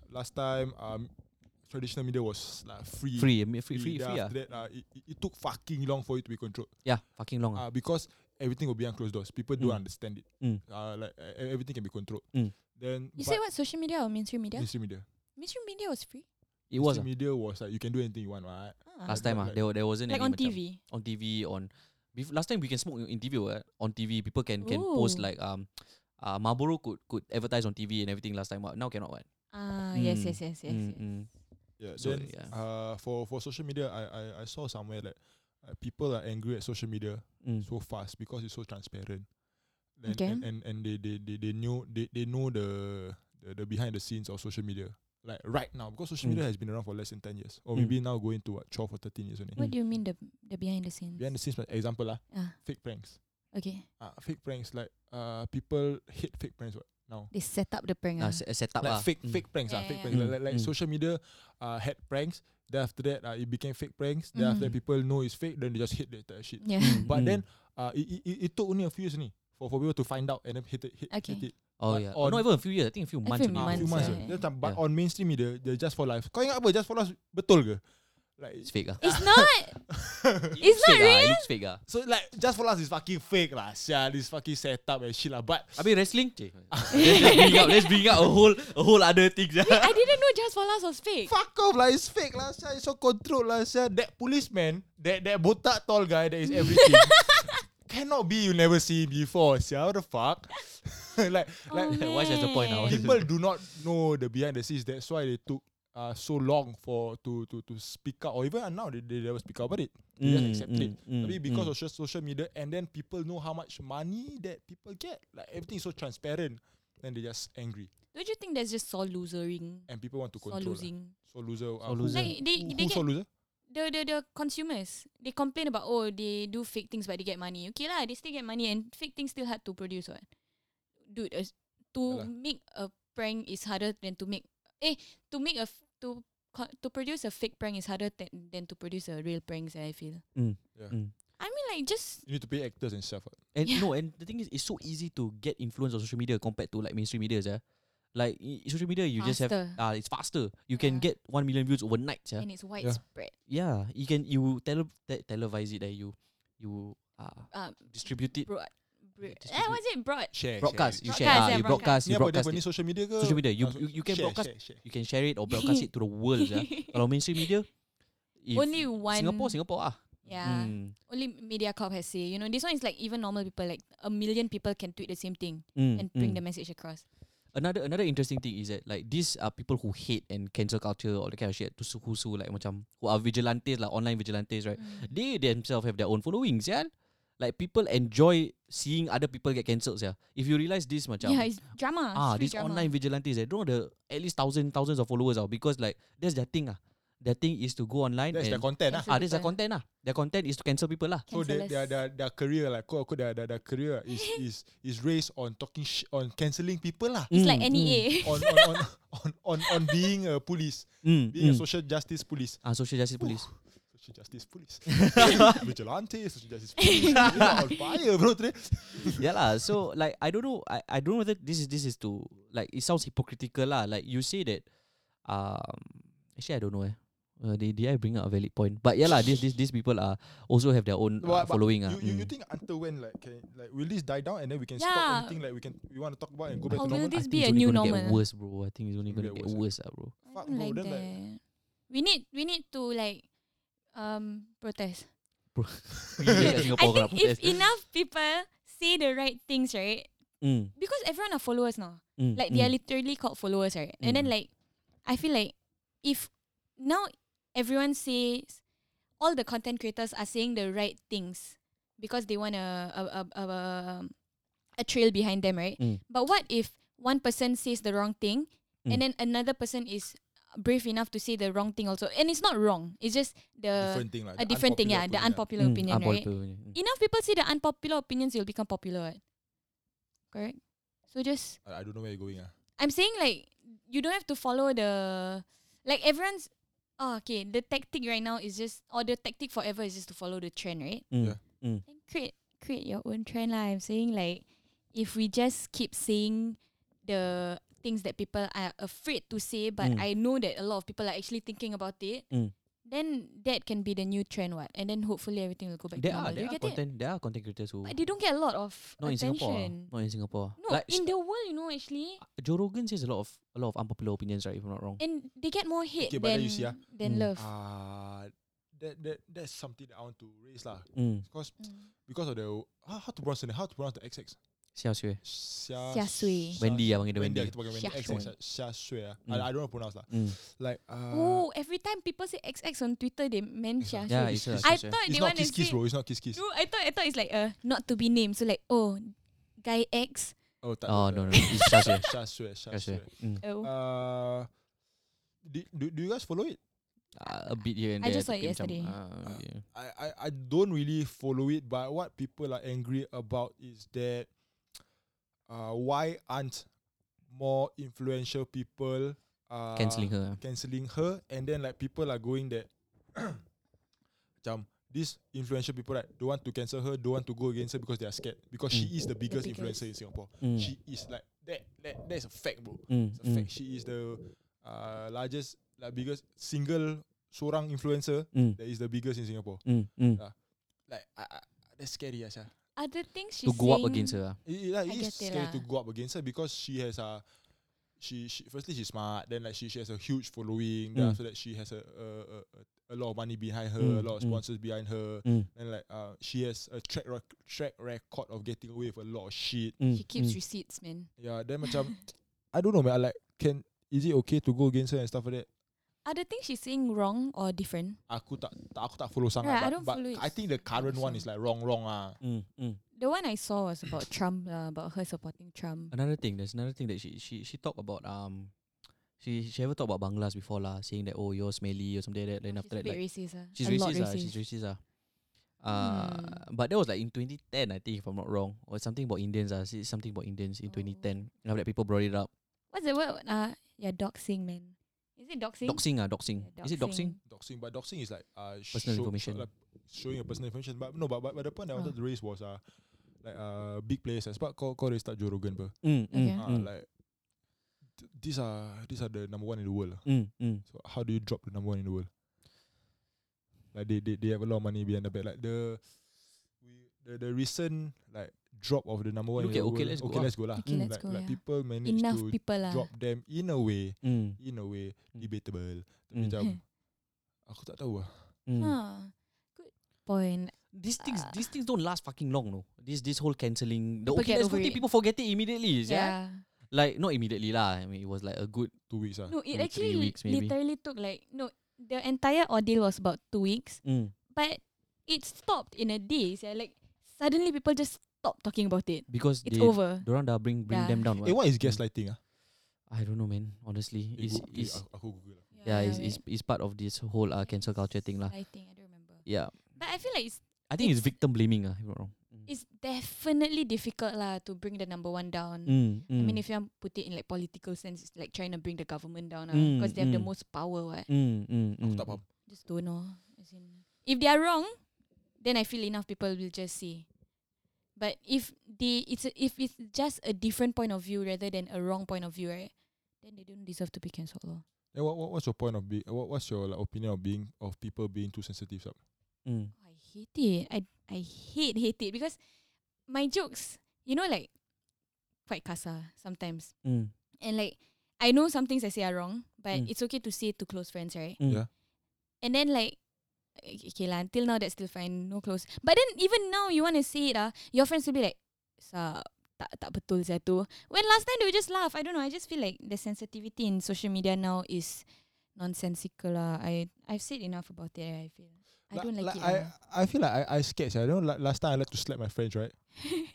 Speaker 4: last time, um, traditional media was like free.
Speaker 5: Free, I mean, free, free,
Speaker 4: Then
Speaker 5: free. Yeah,
Speaker 4: After that, uh, it, it- it took fucking long for it to be controlled.
Speaker 5: yeah, fucking long.
Speaker 4: Uh,
Speaker 5: ah.
Speaker 4: because everything will be behind closed doors. People don't
Speaker 5: Mm.
Speaker 4: understand it.
Speaker 5: Mm.
Speaker 4: Uh, like uh, e- everything can be controlled.
Speaker 5: Mm.
Speaker 4: Then
Speaker 1: You
Speaker 4: but
Speaker 1: said what social media or mainstream media?
Speaker 4: mainstream media.
Speaker 1: Mainstream media was free.
Speaker 5: it was.
Speaker 4: Mainstream
Speaker 5: ah.
Speaker 4: media was like you can do anything you want, right?
Speaker 1: Ah.
Speaker 5: Last time, ah, there, wa- there wasn't
Speaker 1: like
Speaker 5: any
Speaker 1: on
Speaker 5: macam-
Speaker 1: TV.
Speaker 5: on TV on bef- last time we can smoke in TV what? on TV people can can post
Speaker 1: Ooh.
Speaker 5: like um uh Marlboro could could advertise on TV and everything last time what? now cannot what
Speaker 1: Ah, yes,
Speaker 5: Mm.
Speaker 1: yes, yes, yes.
Speaker 5: Mm,
Speaker 1: yes.
Speaker 5: mm.
Speaker 4: Yeah.
Speaker 5: So,
Speaker 4: then
Speaker 5: yeah.
Speaker 4: Uh, for for social media, I I, I saw somewhere like uh, people are angry at social media
Speaker 5: Mm.
Speaker 4: so fast because it's so transparent. And,
Speaker 1: Okay.
Speaker 4: and, and and they they they, they knew they, they know the, the the behind the scenes of social media like right now because social
Speaker 5: Mm.
Speaker 1: Hmm.
Speaker 4: media has been around for less than ten years or
Speaker 5: Mm.
Speaker 4: maybe now going to what twelve or thirteen years only.
Speaker 1: What do you mean the the behind the scenes?
Speaker 4: Hmm. Behind the scenes, like, example lah,
Speaker 1: ah,
Speaker 4: fake pranks.
Speaker 1: okay.
Speaker 4: Uh, fake pranks like uh people hate fake pranks what now.
Speaker 1: They set up the prank.
Speaker 5: Ah,
Speaker 1: Ah,
Speaker 5: se- set up
Speaker 4: like
Speaker 5: lah.
Speaker 4: fake
Speaker 5: Mm.
Speaker 4: fake pranks ah,
Speaker 1: Yeah,
Speaker 4: fake
Speaker 1: yeah,
Speaker 4: pranks
Speaker 5: yeah.
Speaker 4: like, like, like
Speaker 5: Mm.
Speaker 4: social media uh, had pranks then after that uh, it became fake pranks then after that
Speaker 1: Mm.
Speaker 4: people know it's fake then they just hate that entire shit
Speaker 1: yeah.
Speaker 5: Mm,
Speaker 4: but
Speaker 5: mm.
Speaker 4: then uh, it, it- it, it took only a few years only for, for people to find out and then hit it hit, hit
Speaker 1: Okay.
Speaker 4: it
Speaker 5: oh
Speaker 4: but
Speaker 5: yeah
Speaker 4: on-
Speaker 5: not even a few years I think a few
Speaker 1: A
Speaker 5: months
Speaker 1: few
Speaker 5: only.
Speaker 4: Ah, a few
Speaker 1: Months,
Speaker 4: months
Speaker 1: yeah.
Speaker 4: je. Dia macam, but
Speaker 5: Yeah.
Speaker 4: on mainstream media they're just for life kau ingat apa just for life betul ke like
Speaker 5: it's fake ah
Speaker 1: It's not. it's
Speaker 5: fake
Speaker 1: not
Speaker 5: ah, it
Speaker 1: real.
Speaker 5: looks fake ah
Speaker 4: so like just for us is fucking fake lah Sia this fucking setup and shit lah but
Speaker 5: I mean wrestling Cik. let's, just bring out, let's bring out a whole a whole other ah. thing
Speaker 1: I didn't know Just for Last was fake.
Speaker 4: fuck off lah it's fake lah Sia it's so controlled lah Sia that policeman that that botak tall guy that is everything cannot be you never see him before Sia what the fuck like like
Speaker 1: Oh,
Speaker 5: what's the point now?
Speaker 1: man.
Speaker 4: people do not know the behind the scenes. That's why they took uh, so long for to to to speak out, or even uh, now they, they never speak out about it. They just
Speaker 5: Mm,
Speaker 4: accept
Speaker 5: mm,
Speaker 4: it.
Speaker 5: mm,
Speaker 4: Maybe because
Speaker 5: mm.
Speaker 4: of social social media, and then people know how much money that people get. Like everything is so transparent, then they just angry,
Speaker 1: Don't you think that's just soul losering?
Speaker 4: and people want to
Speaker 1: Soul
Speaker 4: control. lah.
Speaker 1: losing.
Speaker 4: So loser. Uh,
Speaker 5: Sore
Speaker 4: Who,
Speaker 5: loser.
Speaker 1: Like, they-
Speaker 4: who,
Speaker 1: they
Speaker 4: who
Speaker 1: get-
Speaker 4: sore loser?
Speaker 1: The, the the consumers they complain about oh they do fake things but they get money okay lah they still get money and fake things still hard to produce what dude uh,
Speaker 4: Yalah.
Speaker 1: to make a prank is harder than to make eh to make a f- to co- to produce a fake prank is harder than than to produce a real prank I feel
Speaker 5: Mm,
Speaker 4: Yeah.
Speaker 5: mm.
Speaker 1: I mean like just
Speaker 4: You need to pay actors and stuff. what.
Speaker 5: And
Speaker 1: Yeah.
Speaker 5: no, and the thing is, it's so easy to get influence on social media compared to like mainstream media, yeah. Like i- social media, you just have
Speaker 1: Faster.
Speaker 5: ah, it's faster. You can
Speaker 1: Yeah.
Speaker 5: get one million views overnight, yeah.
Speaker 1: and it's widespread
Speaker 5: Yeah, you can you tele te- televise it, that you you uh,
Speaker 1: um
Speaker 5: distribute it,
Speaker 1: broad, broad eh,
Speaker 5: distribute-
Speaker 1: what's it broad
Speaker 4: Share.
Speaker 5: broadcast, you share,
Speaker 1: Broadcast,
Speaker 5: ah,
Speaker 1: yeah,
Speaker 5: you broadcast,
Speaker 4: Ni
Speaker 5: you
Speaker 4: apa dia
Speaker 5: broadcast,
Speaker 4: apa ni
Speaker 5: it.
Speaker 4: social media ke?
Speaker 5: Social media, you-
Speaker 4: Langsung-
Speaker 5: you- you can
Speaker 4: share,
Speaker 5: broadcast-
Speaker 4: share, share.
Speaker 5: you can share it or broadcast it to the world, yeah. Kalau mainstream media, if
Speaker 1: Only one-
Speaker 5: Singapore, Singapore ah.
Speaker 1: yeah
Speaker 5: Mm,
Speaker 1: only MediaCorp has say. You know, this one is like even normal people, like a million people can tweet the same thing
Speaker 5: mm,
Speaker 1: and bring
Speaker 5: mm.
Speaker 1: the message across.
Speaker 5: another another interesting thing is that like these are people who hate and cancel culture all that kind of shit to su- who su like macam who are vigilantes like online vigilantes right
Speaker 1: Mm.
Speaker 5: they themselves have their own followings yeah like people enjoy seeing other people get cancelled yeah if you realize this macam
Speaker 1: yeah, it's
Speaker 5: ah
Speaker 1: drama. it's free
Speaker 5: these
Speaker 1: drama.
Speaker 5: online vigilantes they don't the at least thousand thousands of followers out because like that's their thing ah their thing is to go online
Speaker 4: That's
Speaker 5: and
Speaker 4: their content lah.
Speaker 1: Cancel
Speaker 5: ah that's their
Speaker 1: people.
Speaker 5: content ah their content is to cancel people lah
Speaker 4: So their,
Speaker 1: Cancellers.
Speaker 4: their their their career like quote unquote their their, their career is is is raised on talking sh- on cancelling people lah.
Speaker 1: It's like E
Speaker 5: Mm,
Speaker 1: NEA.
Speaker 4: on, on, on, on on on being a police,
Speaker 5: mm,
Speaker 4: being a
Speaker 5: mm.
Speaker 4: social justice police.
Speaker 5: ah social justice police
Speaker 4: Social justice police. Vigilante, social justice police. We're on fire, bro, today.
Speaker 5: yeah lah. So like I don't know. I, I don't know whether this is this is to like it sounds hypocritical lah. Like you say that. Um. Actually, I don't know. Eh. Uh, did, did I bring up a valid point? But yeah lah. These these these people are also have their own uh,
Speaker 4: But- but
Speaker 5: following
Speaker 4: You,
Speaker 5: ah.
Speaker 4: you, you
Speaker 5: Mm.
Speaker 4: think until when like can like will this die down and then we can
Speaker 1: Yeah.
Speaker 4: stop anything like we can we want to talk about and go back
Speaker 1: Or
Speaker 4: to normal?
Speaker 1: will this
Speaker 5: Mm. I think
Speaker 1: be
Speaker 5: it's
Speaker 1: a
Speaker 5: only
Speaker 1: new
Speaker 5: gonna get
Speaker 1: normal?
Speaker 5: Worse, bro. I think it's only
Speaker 4: It's gonna
Speaker 5: gonna get
Speaker 4: get
Speaker 5: worse, ah, bro.
Speaker 1: I
Speaker 4: Fuck, bro,
Speaker 1: don't like
Speaker 4: then, like-
Speaker 1: that. we need we need to like um protest.
Speaker 5: Gila kat
Speaker 1: I
Speaker 5: Singapore
Speaker 1: think
Speaker 5: kalau
Speaker 1: if
Speaker 5: protest.
Speaker 1: enough people say the right things, right?
Speaker 5: Mm,
Speaker 1: Because everyone are followers now.
Speaker 5: mm,
Speaker 1: Like
Speaker 5: mm,
Speaker 1: they are literally called followers, right? And then
Speaker 5: Mm.
Speaker 1: like I feel like if now everyone says all the content creators are saying the right things because they want a a a a, um, a trail behind them, right?
Speaker 5: Mm.
Speaker 1: But what if one person says the wrong thing and
Speaker 5: Mm.
Speaker 1: then another person is brave enough to say the wrong thing also? And it's not wrong. It's just the
Speaker 4: different uh, thing like
Speaker 1: a different thing, yeah, the unpopular
Speaker 5: mm,
Speaker 1: opinion, right?
Speaker 5: unpopular opinion, mm.
Speaker 1: Enough people say the unpopular opinions, you'll become popular, right? correct? So just
Speaker 4: I I don't know where you're going. ah.
Speaker 1: I'm saying like you don't have to follow the like everyone's oh, okay. The tactic right now is just or the tactic forever is just to follow the trend, right?
Speaker 5: Mm,
Speaker 4: Yeah.
Speaker 5: Mm.
Speaker 1: Then create create your own trend lah. I'm saying like if we just keep saying the things that people are afraid to say, but
Speaker 5: Mm.
Speaker 1: I know that a lot of people are actually thinking about it.
Speaker 5: Mm.
Speaker 1: Then that can be the new trend, what? And then hopefully everything will go back
Speaker 5: There
Speaker 1: to
Speaker 5: are
Speaker 1: normal. Do
Speaker 5: there
Speaker 1: you
Speaker 5: are
Speaker 1: get it?
Speaker 5: content there are content creators who
Speaker 1: But they don't get a lot of
Speaker 5: not in
Speaker 1: attention.
Speaker 5: Singapore. ah. Not in Singapore. ah.
Speaker 1: No,
Speaker 5: like Ah.
Speaker 1: in
Speaker 5: sh-
Speaker 1: the world, you know, actually,
Speaker 5: Joe Rogan says a lot of a lot of unpopular opinions, right? If I'm not wrong.
Speaker 1: and they get more hate
Speaker 4: Okay, but then
Speaker 1: than
Speaker 4: you see, ah.
Speaker 1: than
Speaker 5: Mm.
Speaker 1: love.
Speaker 4: Ah, that, that that's something that I want to raise lah.
Speaker 5: Mm.
Speaker 4: Because
Speaker 1: Mm.
Speaker 4: because of the how, how to pronounce the how to pronounce the XX.
Speaker 5: Siapa sih?
Speaker 4: Sia
Speaker 1: Sia Sui.
Speaker 5: Wendy ah, panggil
Speaker 4: Wendy,
Speaker 5: dia Wendy.
Speaker 4: ah, kita panggil Wendy.
Speaker 1: Sia
Speaker 4: XX
Speaker 5: Sui.
Speaker 4: ah, Sia Sui ah.
Speaker 5: Mm.
Speaker 4: I, I don't know how to pronounce lah.
Speaker 5: Mm.
Speaker 4: Like uh,
Speaker 1: oh, every time people say XX on Twitter, they mention.
Speaker 5: Yeah, Ya, it's a-
Speaker 1: I
Speaker 5: it's a-
Speaker 1: thought
Speaker 4: it's
Speaker 1: they
Speaker 4: not
Speaker 1: want
Speaker 4: kiss
Speaker 1: to
Speaker 4: kiss
Speaker 1: say.
Speaker 4: bro. It's not kiss kiss.
Speaker 1: No, I thought I thought it's like uh not to be named. So like oh, guy X.
Speaker 4: Oh, tak,
Speaker 5: Oh
Speaker 4: tak,
Speaker 5: no no,
Speaker 4: tak.
Speaker 5: it's Siapa sih?
Speaker 4: Sia Sui, Sia
Speaker 5: Siapa sih?
Speaker 4: Sui.
Speaker 5: Mm.
Speaker 1: Oh,
Speaker 4: Uh, do, do, do you guys follow it?
Speaker 5: Ah, A bit here and
Speaker 1: I
Speaker 5: there.
Speaker 1: just saw it
Speaker 5: tapi macam,
Speaker 1: yesterday.
Speaker 5: ah, yeah.
Speaker 4: I, I, I don't really follow it, but what people are angry about is that uh, why aren't more influential people uh,
Speaker 5: Cancelling her. ah.
Speaker 4: cancelling her, and then like people are going that, macam these influential people right don't want to cancel her, don't want to go against her because they are scared because she is the biggest,
Speaker 1: biggest.
Speaker 4: influencer in Singapore.
Speaker 5: Mm.
Speaker 4: She is like that that that's a fact, bro.
Speaker 5: Mm,
Speaker 4: It's a
Speaker 5: mm,
Speaker 4: fact. She is the uh, largest, like biggest single seorang influencer
Speaker 5: mm,
Speaker 4: that is the biggest in Singapore.
Speaker 5: mm, mm.
Speaker 4: Like I, I, that's scary, Asha.
Speaker 1: other things she's
Speaker 5: To go up
Speaker 1: saying-
Speaker 5: against her. ah.
Speaker 4: It, it, like,
Speaker 1: I
Speaker 4: it is
Speaker 1: get it
Speaker 4: scary to
Speaker 1: lah.
Speaker 4: go up against her because she has a, she, she firstly she's smart. Then like she, she has a huge following. Then
Speaker 5: Mm.
Speaker 4: after that she has a a, a, a lot of money behind her,
Speaker 5: Mm,
Speaker 4: a lot of
Speaker 5: mm.
Speaker 4: sponsors behind her,
Speaker 5: Mm,
Speaker 4: and like uh, she has a track rec- track record of getting away with a lot of shit.
Speaker 5: mm,
Speaker 1: She keeps
Speaker 5: mm.
Speaker 1: receipts, man.
Speaker 4: Yeah, then macam I don't know, man. I like can is it okay to go against her and stuff like that?
Speaker 1: Other things she's saying wrong or different.
Speaker 4: Aku tak, tak aku tak follow sangat.
Speaker 1: Right, I
Speaker 4: but,
Speaker 1: don't
Speaker 4: but
Speaker 1: follow it
Speaker 4: I think the current one is like wrong, wrong ah.
Speaker 5: Mm, mm.
Speaker 1: The one I saw was about Trump, lah, about her supporting Trump.
Speaker 5: Another thing, there's another thing that she she she talked about um she she ever talked about Banglas before lah, saying that oh you're smelly or something like that. Then
Speaker 1: Oh,
Speaker 5: after that
Speaker 1: she's a bit
Speaker 5: like
Speaker 1: racist, ah.
Speaker 5: she's
Speaker 1: a lot
Speaker 5: racist,
Speaker 1: racist.
Speaker 5: ah, she's racist ah. Uh,
Speaker 1: Hmm.
Speaker 5: but that was like in 2010, I think, if I'm not wrong, or something about Indians. Ah, She- something about Indians in
Speaker 1: Oh.
Speaker 5: 2010. And after that, people brought it up.
Speaker 1: What's the word? Uh, yeah, doxing, man. Is it doxing?
Speaker 5: Doxing, ah, doxing.
Speaker 1: Yeah,
Speaker 5: Is it doxing?
Speaker 4: doxing, but doxing is like uh,
Speaker 5: Personal information.
Speaker 4: like showing your personal information. But no, but but, but the point I wanted
Speaker 1: Ah.
Speaker 4: to raise was uh, like uh, big players. As but kau kau dari start Joe Rogan ber.
Speaker 5: Mm, mm,
Speaker 1: Okay.
Speaker 4: Uh,
Speaker 5: mm,
Speaker 4: Like th- these are these are the number one in the world.
Speaker 5: mm, mm.
Speaker 4: So how do you drop the number one in the world? Like they they, they have a lot of money behind the back. Like the we the, the recent like drop of the number one.
Speaker 5: Look
Speaker 4: in
Speaker 5: at
Speaker 4: the
Speaker 5: Okay,
Speaker 4: world.
Speaker 5: Let's Go
Speaker 4: Okay,
Speaker 5: ah.
Speaker 4: let's go lah.
Speaker 1: Okay,
Speaker 4: Mm.
Speaker 1: Let's
Speaker 4: like,
Speaker 1: Go,
Speaker 4: Like
Speaker 1: yeah.
Speaker 4: people manage
Speaker 1: Enough
Speaker 4: to
Speaker 1: people, uh. lah.
Speaker 4: drop them in a way.
Speaker 5: mm,
Speaker 4: In a way
Speaker 5: Mm.
Speaker 4: debatable. Tapi
Speaker 5: Mm.
Speaker 4: Macam aku tak tahu ah. lah.
Speaker 5: mm.
Speaker 1: Huh. Good point.
Speaker 5: These things,
Speaker 1: Ah.
Speaker 5: these things don't last fucking long, no. This this whole cancelling, the
Speaker 1: People
Speaker 5: okay,
Speaker 1: get
Speaker 5: let's go
Speaker 1: over
Speaker 5: thing,
Speaker 1: it.
Speaker 5: people forget it immediately. Yeah.
Speaker 1: Yeah.
Speaker 5: Like not immediately lah. I mean, it was like a good.
Speaker 4: Two weeks ah. lah.
Speaker 1: No, it
Speaker 5: Maybe
Speaker 1: actually
Speaker 5: three
Speaker 1: li-
Speaker 5: weeks, maybe.
Speaker 1: literally took like no. The entire ordeal was about two weeks,
Speaker 5: Mm.
Speaker 1: but it stopped in a day. Yeah, like suddenly people just stopped talking about it.
Speaker 5: because
Speaker 1: It's
Speaker 5: they
Speaker 1: over.
Speaker 5: Dorang dah bring bring
Speaker 1: Yeah.
Speaker 5: them down.
Speaker 4: Eh,
Speaker 5: what?
Speaker 4: what is gaslighting ah?
Speaker 5: I don't know, man. Honestly,
Speaker 4: Eh,
Speaker 5: it's
Speaker 4: go- eh,
Speaker 5: it's
Speaker 4: aku- aku Google lah.
Speaker 5: yeah, it's, it's it's part of this whole uh, cancel culture thing lah.
Speaker 1: I think I don't remember.
Speaker 5: Yeah,
Speaker 1: But I feel like it's
Speaker 5: I think it's,
Speaker 1: It's-
Speaker 5: victim blaming. Ah, if I'm not wrong.
Speaker 1: it's definitely difficult lah to bring the number one down.
Speaker 5: Mm, mm,
Speaker 1: I mean, if you want put it in like political sense, it's like trying to bring the government down lah
Speaker 5: Mm,
Speaker 1: because they have the
Speaker 5: mm.
Speaker 1: most power. What?
Speaker 5: mm, mm,
Speaker 4: Aku
Speaker 5: mm.
Speaker 4: tak faham.
Speaker 1: Just don't know. As in, if they are wrong, then I feel enough people will just say. But if they, it's a, if it's just a different point of view rather than a wrong point of view, right? Then they don't deserve to be cancelled. lor.
Speaker 4: Eh, what, what, what's your point of being? What, what's your like, opinion of being of people being too sensitive? Sab?
Speaker 5: Mm.
Speaker 1: I hate it. I I hate hate it because my jokes, you know, like quite kasar sometimes,
Speaker 5: Mm.
Speaker 1: and like I know some things I say are wrong,
Speaker 5: Mm.
Speaker 1: but it's okay to say to close friends, right?
Speaker 5: Mm.
Speaker 4: Yeah.
Speaker 1: And then like okay okay lah, until now that's still fine, no close. But then even now you want to say it ah, your friends will be like, sa tak tak betul saya tu. When last time they would just laugh. I don't know. I just feel like the sensitivity in social media now is nonsensical lah. I I've said enough about it. I feel. I don't like, it.
Speaker 4: I,
Speaker 1: lah.
Speaker 4: I feel like I, I scared. sia. You know, like, last time I like to slap my friends, right?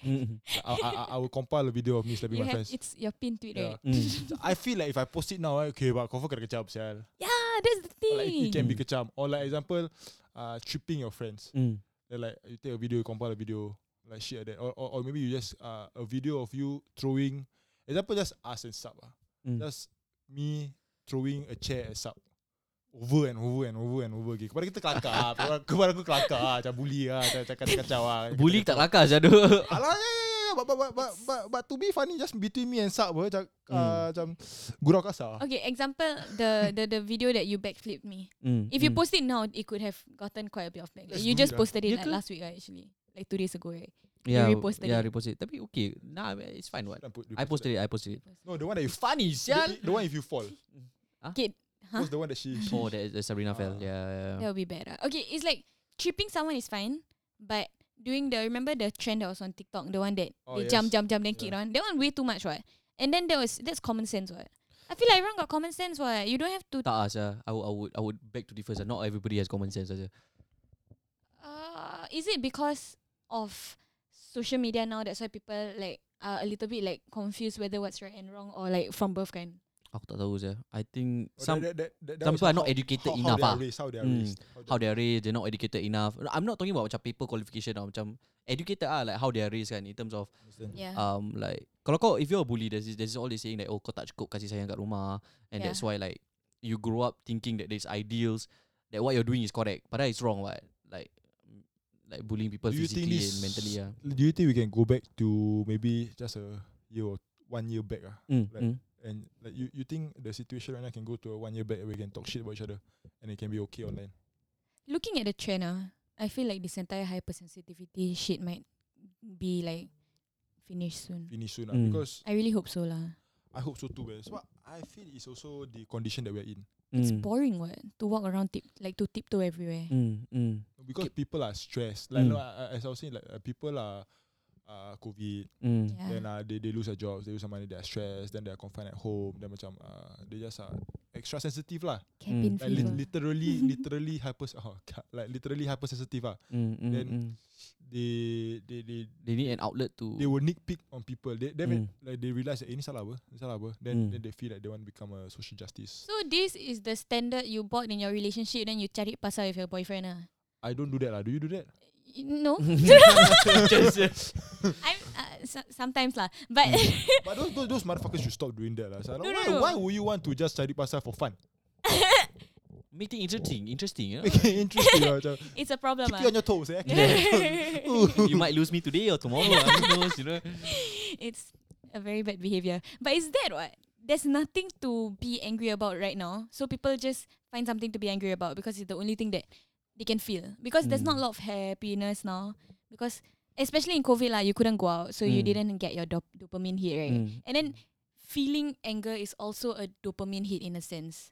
Speaker 5: Mm.
Speaker 4: I, I, I- I will compile a video of me slapping
Speaker 1: you
Speaker 4: my
Speaker 1: have
Speaker 4: friends.
Speaker 1: it's your pin tweet,
Speaker 4: Yeah.
Speaker 1: right?
Speaker 5: Mm.
Speaker 4: So I feel like if I post it now, right, okay, but confirm kena kecam, sial.
Speaker 1: Yeah, Ah, that's the
Speaker 4: Or, Like, it
Speaker 1: thing.
Speaker 4: can be
Speaker 5: Mm.
Speaker 4: kecam. Or like example, uh, tripping your friends.
Speaker 5: Mm.
Speaker 4: They're like you take a video, you compile a video, like shit like that. Or, or, or maybe you just uh, a video of you throwing. Example, just us and sub. ah.
Speaker 5: Mm.
Speaker 4: Just me throwing a chair at sub. over and over and over and over again. Kepada kita kelakar. ah. kepada, kepada aku kelakar. ah. Macam bully lah. Macam macam kacau lah.
Speaker 5: Bully tak kelakar Syadu
Speaker 4: Alah, ya, ya, ya. But, but, but, but, but, but to be funny, just between me and Sab, macam,
Speaker 5: Hmm.
Speaker 4: ah, macam gurau kasar.
Speaker 1: Okay, example the the the video that you backflipped me.
Speaker 5: mm,
Speaker 1: If you
Speaker 5: mm.
Speaker 1: post it now, it could have gotten quite a bit of backlash.
Speaker 4: Let's
Speaker 1: You
Speaker 4: do it,
Speaker 1: just
Speaker 4: ah.
Speaker 1: posted it
Speaker 5: Ya ke?
Speaker 1: like last week, right, actually, like two days ago, right?
Speaker 5: yeah,
Speaker 1: reposted
Speaker 5: yeah,
Speaker 1: it.
Speaker 5: reposted it Tapi okay Nah, it's fine what
Speaker 4: Then put-
Speaker 5: I posted it I posted it
Speaker 4: No, the one that you
Speaker 5: Funny
Speaker 4: the, the one if you fall.
Speaker 1: Okay,
Speaker 4: Huh? Was the one that she, she
Speaker 5: Oh that is that Sabrina fell
Speaker 4: Ah.
Speaker 5: Yeah,
Speaker 1: that
Speaker 5: yeah.
Speaker 1: would be better. Okay, it's like tripping someone is fine, but doing the remember the trend that was on TikTok, the one that
Speaker 4: Oh,
Speaker 1: they jump,
Speaker 4: yes.
Speaker 1: jump, jump, then kick
Speaker 4: Yeah.
Speaker 1: around. That one way too much, right? And then there was that's common sense, what? I feel like everyone got common sense, what? You don't have to.
Speaker 5: Tak lah Syah. I would, I would I would beg to differ Syah. Not everybody has common sense Syah.
Speaker 1: Uh, is it because of social media now? That's why people like are a little bit like confused whether what's right and wrong, or like from birth kind.
Speaker 5: Aku tak tahu Syah. I think
Speaker 4: Oh,
Speaker 5: Some
Speaker 4: that- that- that- that was
Speaker 5: some people
Speaker 4: how-
Speaker 5: are not educated
Speaker 4: how, How
Speaker 5: enough,
Speaker 4: they
Speaker 5: ah.
Speaker 4: are raised, how they are
Speaker 5: Mm.
Speaker 4: raised.
Speaker 5: how they are raised, they're not educated enough. I'm not talking about macam paper qualification or macam educated ah like how they are raised kan in terms of
Speaker 1: Yeah.
Speaker 5: um like kalau kau if you're a bully there's this, there's all this saying that oh kau tak cukup kasih sayang kat rumah and
Speaker 1: Yeah.
Speaker 5: that's why like you grow up thinking that there's ideals that what you're doing is correct padahal it's wrong what like mm, like bullying people
Speaker 4: Do you think
Speaker 5: physically and
Speaker 4: this-
Speaker 5: mentally ah
Speaker 4: Do you think we can go back to maybe just a year or one year back ah?
Speaker 5: mm,
Speaker 4: Like,
Speaker 5: mm.
Speaker 4: And like you, you think the situation right now can go to a one year back where we can talk shit about each other and it can be okay online?
Speaker 1: Looking at the trend, ah, I feel like this entire hypersensitivity shit might be like finished soon.
Speaker 4: Finish soon ah,
Speaker 5: Mm.
Speaker 4: because
Speaker 1: I really hope so lah.
Speaker 4: I hope so too. But sebab I feel it's also the condition that we're in
Speaker 1: It's
Speaker 5: mm.
Speaker 1: boring, what? To walk around tip like to tiptoe everywhere.
Speaker 5: mm, mm.
Speaker 4: because people are stressed. Like no,
Speaker 5: Mm.
Speaker 4: I- I- as I was saying, like uh, people are uh, COVID,
Speaker 5: Mm.
Speaker 1: Yeah.
Speaker 4: then uh, they they lose their jobs, they lose their money, they are stressed, then they are confined at home. Then macam uh, they just are extra sensitive lah.
Speaker 5: Mm.
Speaker 1: Cabin
Speaker 4: Like lit
Speaker 1: fever.
Speaker 4: literally, literally hyper, oh, God, like literally hypersensitive ah.
Speaker 5: Mm, mm,
Speaker 4: Then-
Speaker 5: mm.
Speaker 4: They they they
Speaker 5: they need an outlet to
Speaker 4: they will nitpick on people. They they
Speaker 5: Mm.
Speaker 4: like they realize that eh, ni salah apa, ni salah apa. Then
Speaker 5: Mm.
Speaker 4: then they feel like they want to become a social justice.
Speaker 1: So this is the standard you bought in your relationship, then you cari pasal with your boyfriend, ah?
Speaker 4: I don't do that lah. Do you do that?
Speaker 1: Y- No, I'm uh, so- sometimes lah, but
Speaker 5: Mm.
Speaker 4: But those, those those motherfuckers should stop doing that lah. So,
Speaker 1: No,
Speaker 4: why
Speaker 1: no, no.
Speaker 4: why would you want to just cari pasal for fun?
Speaker 5: make it interesting interesting you know?
Speaker 4: Make it interesting lah. Macam,
Speaker 1: it's a problem.
Speaker 4: keep
Speaker 1: ah.
Speaker 4: you on your toes eh.
Speaker 5: you might lose me today or tomorrow ah, who knows you know
Speaker 1: it's a very bad behavior. But is that what? There's nothing to be angry about right now. So people just find something to be angry about because it's the only thing that they can feel. Because there's
Speaker 5: Mm.
Speaker 1: not a lot of happiness now. Because especially in COVID, lah, you couldn't go out, so you
Speaker 5: Mm.
Speaker 1: didn't get your dop- dopamine hit, right?
Speaker 5: Mm.
Speaker 1: And then feeling anger is also a dopamine hit in a sense.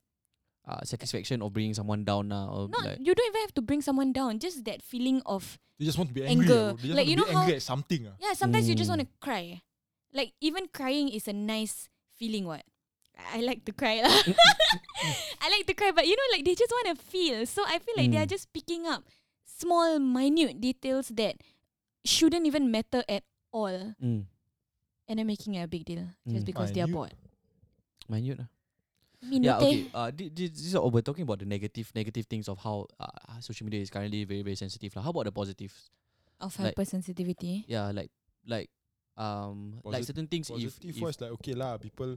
Speaker 5: uh, satisfaction of bringing someone down now or
Speaker 1: Not
Speaker 5: like
Speaker 1: you don't even have to bring someone down. Just that feeling of
Speaker 4: They just want to be angry. ah, bro.
Speaker 1: Anger.
Speaker 4: They just
Speaker 1: Like,
Speaker 4: want
Speaker 1: you
Speaker 4: to
Speaker 1: know
Speaker 4: be angry
Speaker 1: how-
Speaker 4: at something. ah.
Speaker 1: Yeah, sometimes you just
Speaker 5: Mm.
Speaker 1: want to cry. Like even crying is a nice feeling. What I I like to cry lah. I like to cry, but you know, like they just want to feel. So I feel like they are
Speaker 5: Mm.
Speaker 1: just picking up small, minute details that shouldn't even matter at all,
Speaker 5: mm,
Speaker 1: and then making it a big deal just
Speaker 5: Mm.
Speaker 1: because they are
Speaker 4: Minute.
Speaker 1: bored.
Speaker 5: minute lah
Speaker 1: Minute.
Speaker 5: Yeah, okay. Uh, thi- thi- this is all we're talking about the negative, negative things of how uh, uh, social media is currently very, very sensitive. Lah. How about the positives?
Speaker 1: Of
Speaker 5: like-
Speaker 1: hypersensitivity.
Speaker 5: Yeah, like, like, um, like
Speaker 4: Posit-
Speaker 5: certain things. If,
Speaker 4: Positive
Speaker 5: if
Speaker 4: was like okay lah. People.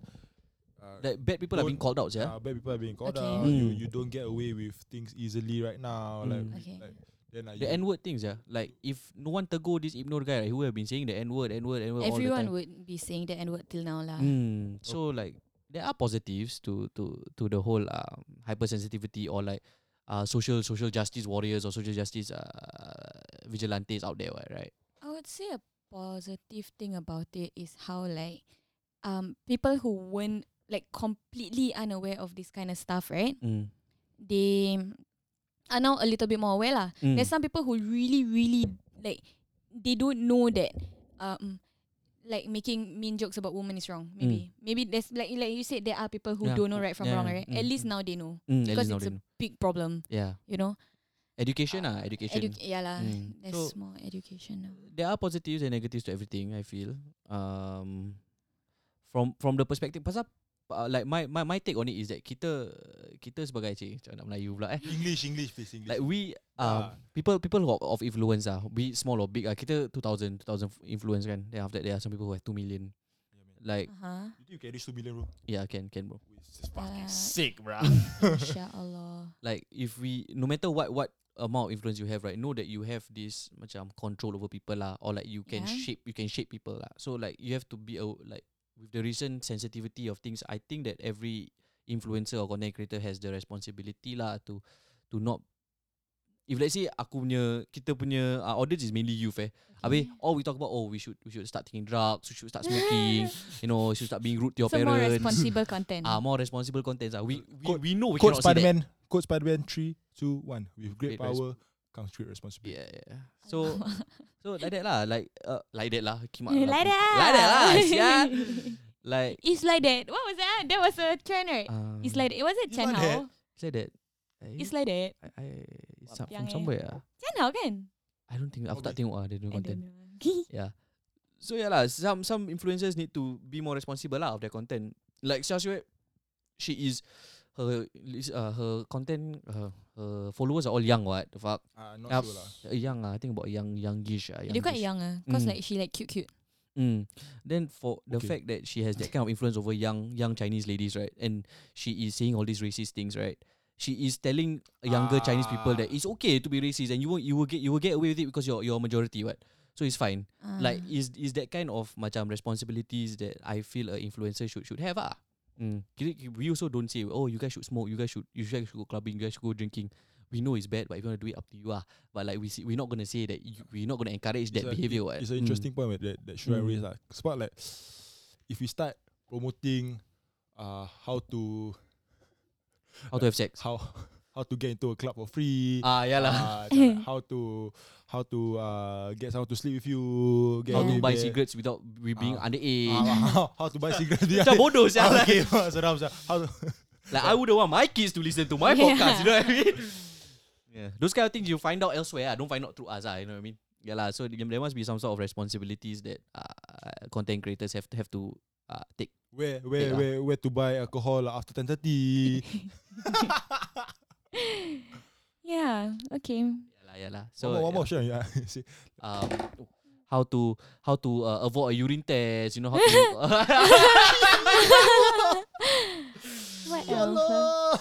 Speaker 4: Uh,
Speaker 5: like bad people are being called out,
Speaker 4: uh,
Speaker 5: yeah.
Speaker 4: bad people are being called
Speaker 1: Okay.
Speaker 4: out. You
Speaker 5: Mm.
Speaker 4: you don't get away with things easily right now. Like,
Speaker 5: Mm.
Speaker 1: Okay.
Speaker 4: like then uh,
Speaker 5: the
Speaker 4: you-
Speaker 5: N word things, yeah. Like if no one tegur this Ibnur guy, right, who have been saying the N word, N word, N word all the
Speaker 1: Everyone
Speaker 5: time.
Speaker 1: would ah. be saying the N word till now lah.
Speaker 5: Mm, so like there are positives to to to the whole um, hypersensitivity or like uh social social justice warriors or social justice uh vigilantes out there, right?
Speaker 1: I would say a positive thing about it is how like um people who weren't like completely unaware of this kind of stuff, right?
Speaker 5: Mm.
Speaker 1: They are now a little bit more aware lah.
Speaker 5: Mm.
Speaker 1: There's some people who really, really like they don't know that um like making mean jokes about women is wrong. Maybe maybe there's like like you said there are people who
Speaker 5: Hmm. Yeah.
Speaker 1: don't know right from
Speaker 5: Yeah,
Speaker 1: wrong,
Speaker 5: yeah,
Speaker 1: right?
Speaker 5: mm,
Speaker 1: At least
Speaker 5: mm.
Speaker 1: now they know
Speaker 5: Mm, at
Speaker 1: because
Speaker 5: least now
Speaker 1: it's
Speaker 5: they
Speaker 1: a
Speaker 5: know.
Speaker 1: big problem,
Speaker 5: Yeah.
Speaker 1: you know.
Speaker 5: Education
Speaker 1: Uh,
Speaker 5: ah, education.
Speaker 1: Edu- yeah lah,
Speaker 5: Mm. So-
Speaker 1: there's more education now.
Speaker 5: there are positives and negatives to everything. I feel um, from from the perspective pasal uh, like my my my take on it is that kita kita sebagai cik macam nak Melayu pula eh
Speaker 4: English English please English.
Speaker 5: like we
Speaker 4: Ah.
Speaker 5: um, people people who are of influence lah, ah be it small or big ah kita 2000 2000 influence kan then after that there are some people who have 2 million Like
Speaker 1: Uh-huh.
Speaker 4: You think you can reach 2 million, bro?
Speaker 5: yeah, can can bro.
Speaker 4: It's just fucking
Speaker 1: Uh,
Speaker 4: sick, bro.
Speaker 1: Inshallah.
Speaker 5: Like if we no matter what what amount of influence you have, right? Know that you have this macam control over people lah, or like you can
Speaker 1: Yeah.
Speaker 5: shape you can shape people lah. So like you have to be a like with the recent sensitivity of things. I think that every influencer or content creator has the responsibility lah to to not. If let's say aku punya kita punya uh, audience is mainly youth eh. Habis all we talk about oh we should we should start taking drugs, we should start smoking, you know, we should start being rude to your
Speaker 1: so more
Speaker 5: parents.
Speaker 1: responsible content.
Speaker 5: Ah, more responsible contents. Ah, we we,
Speaker 4: Quote-
Speaker 5: we know we
Speaker 4: Quote
Speaker 5: cannot say that.
Speaker 4: Spider-Man. Quote Spider-Man. Three, two, one. With great
Speaker 5: Great res-
Speaker 4: power comes great responsibility.
Speaker 5: Yeah, yeah. So so like that lah, like uh, like that lah. Kimak lah.
Speaker 1: like that.
Speaker 5: Like that lah. sia. like
Speaker 1: it's like that. What was that? That was a trend, right?
Speaker 5: um,
Speaker 1: it's like that. Was it
Speaker 4: It's
Speaker 1: Chen
Speaker 4: like
Speaker 1: Hao?
Speaker 5: it's like that. Eh,
Speaker 1: It's like that.
Speaker 5: I, I, it's from
Speaker 1: Wap yang eh.
Speaker 5: somewhere ah.
Speaker 1: Chen Hao kan?
Speaker 5: I don't think aku tak
Speaker 4: Probably.
Speaker 5: tengok ah dia punya
Speaker 1: I don't
Speaker 5: content.
Speaker 1: know.
Speaker 5: Yeah. So yeah lah, some some influencers need to be more responsible lah of their content. Like Xia Xue, she is her lis- uh, her content uh, her followers are all young what the fuck
Speaker 4: Ah, not
Speaker 5: Yup.
Speaker 4: sure lah.
Speaker 5: Uh, young ah I think about young youngish ah
Speaker 1: Dia quite
Speaker 5: youngish.
Speaker 1: young ah. Cause
Speaker 5: Mm.
Speaker 1: like she like cute cute.
Speaker 5: Mm. Then for the
Speaker 4: Okay.
Speaker 5: fact that she has that kind of influence over young young Chinese ladies, right? And she is saying all these racist things, right? She is telling younger Chinese people that
Speaker 4: Ah.
Speaker 5: it's okay to be racist and you won't you will get you will get away with it because you're you're majority, what? So it's fine.
Speaker 1: Ah.
Speaker 5: Like is is that kind of macam responsibilities that I feel a influencer should should have ah. Mm. Kira- kira- We also don't say oh you guys should smoke, you guys should you guys should go clubbing, you guys should go drinking. We know it's bad, but if you want to do it, up to you ah. But like we see, we're not gonna say that you, we're not gonna encourage that
Speaker 4: a-
Speaker 5: behavior. what.
Speaker 4: It's an
Speaker 5: Mm.
Speaker 4: interesting point that that should I
Speaker 5: Mm.
Speaker 4: raise lah. Sebab like if we start promoting uh how to
Speaker 5: Mm. How to have sex?
Speaker 4: how how to get into a club for free.
Speaker 5: Ah, yeah lah.
Speaker 4: uh, macam like how to how to uh, get someone to sleep with you. Get
Speaker 5: How to
Speaker 4: with
Speaker 5: buy
Speaker 4: the-
Speaker 5: cigarettes without we being
Speaker 4: Ah.
Speaker 5: underage.
Speaker 4: Ah, how, how to buy cigarettes?
Speaker 5: Macam bodoh sia.
Speaker 4: Ah,
Speaker 5: Like,
Speaker 4: okay, sedap sedap. How to,
Speaker 5: like I wouldn't want my kids to listen to my
Speaker 1: Yeah.
Speaker 5: podcast. You know what I mean? Yeah, those kind of things you find out elsewhere. I don't find out through us. Ah, you know what I mean? Yeah lah. So there there must be some sort of responsibilities that uh, content creators have to have to uh, take.
Speaker 4: where where
Speaker 5: Yeah.
Speaker 4: where where to buy alcohol lah after ten thirty?
Speaker 1: yeah. Okay.
Speaker 5: Yeah lah, yeah lah.
Speaker 4: So
Speaker 5: So
Speaker 4: one more, one more sure.
Speaker 5: yeah.
Speaker 4: Yeah. See,
Speaker 5: um, how to how to uh, avoid a urine test? You know how to.
Speaker 1: What
Speaker 4: Ya
Speaker 1: else? ah?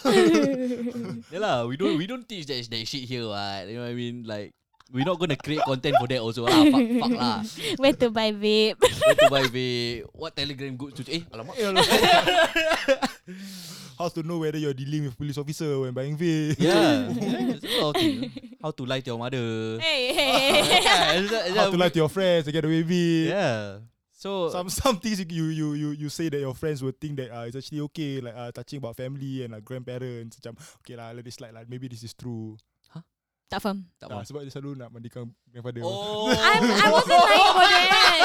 Speaker 5: Yeah lah, we don't we don't teach that that shit here, what? You know what I mean? Like we're not gonna create content for that also lah. Fuck, fuck lah.
Speaker 1: Where to buy vape?
Speaker 5: Where to buy vape? What Telegram group to? Eh, alamak.
Speaker 4: how to know whether you're dealing with police officer when buying vape?
Speaker 5: Yeah. There's a lot of things. Ya. How to lie to your mother?
Speaker 1: hey, hey.
Speaker 5: yeah, is that, is
Speaker 4: How
Speaker 5: that-
Speaker 4: to lie to your friends to get away with it.
Speaker 5: Yeah. So
Speaker 4: Some some things you you you you say that your friends will think that uh, it's actually okay, like uh, touching about family and like grandparents. Macam, okay lah, let it slide lah. Maybe this is true.
Speaker 1: tak faham.
Speaker 5: tak
Speaker 4: Ah,
Speaker 5: faham.
Speaker 4: sebab dia selalu nak mandikan grandfather.
Speaker 5: Oh.
Speaker 1: I'm, I wasn't lying about that.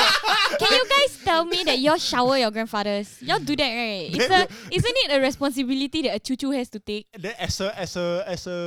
Speaker 1: Can you guys tell me that y'all shower your grandfathers? Y'all do that, right? It's a, isn't it a responsibility that a chuchu has to take?
Speaker 4: Then as a as a as a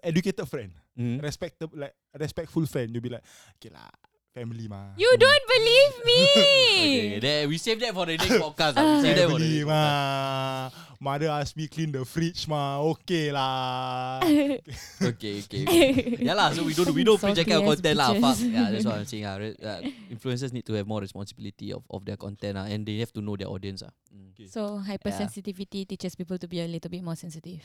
Speaker 4: educated friend,
Speaker 5: Mm.
Speaker 4: respectable like respectful friend, you'll be like, okay lah, family mah.
Speaker 1: You don't believe me.
Speaker 5: Okay, there, we save that for the next podcast. lah. We save that for
Speaker 4: family
Speaker 5: the next podcast.
Speaker 4: mah. Mother asked me clean the fridge mah. Okay lah.
Speaker 5: Okay, okay. okay. yeah lah. So we don't we don't preach that kind of
Speaker 1: Salty-ass
Speaker 5: content lah. Fuck.
Speaker 1: bitches.
Speaker 5: Yeah, that's what I'm saying. Ah, Re- uh, influencers need to have more responsibility of, of their content ah, and they have to know their audience ah. Mm.
Speaker 1: So hypersensitivity teaches people to be a little bit more sensitive.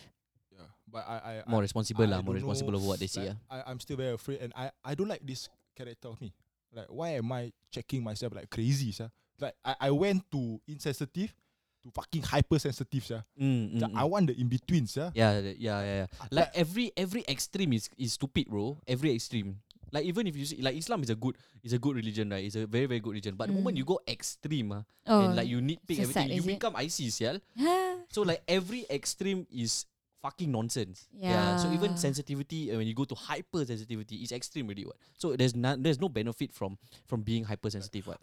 Speaker 4: Yeah, but I I
Speaker 5: More responsible
Speaker 4: I
Speaker 5: lah, more
Speaker 4: don't know,
Speaker 5: responsible of what they see
Speaker 4: like,
Speaker 5: ah.
Speaker 4: I, I'm still very afraid, and I, I don't like this character of me. Like, why am I checking myself like crazy, sir? Like, I, I went to insensitive to fucking hypersensitive, sir.
Speaker 5: Mm, mm,
Speaker 4: I
Speaker 5: mm.
Speaker 4: want the in between, sir.
Speaker 5: Yeah, the- yeah, yeah, yeah. Like every every extreme is is stupid, bro. Every extreme. Like even if you see, like Islam is a good is a good religion, right? It's a very very good religion. But the moment you go extreme, ah,
Speaker 1: Mm. Oh.
Speaker 5: and like you nitpick
Speaker 1: so
Speaker 5: everything,
Speaker 1: sad,
Speaker 5: you
Speaker 1: is it?
Speaker 5: become ISIS, yeah.
Speaker 1: Ah,
Speaker 5: So like every extreme is fucking nonsense. Yeah. So even
Speaker 1: Yeah.
Speaker 5: sensitivity, uh, when you go to hypersensitivity, it's extreme really. What? So there's not there's no benefit from from being hypersensitive. What?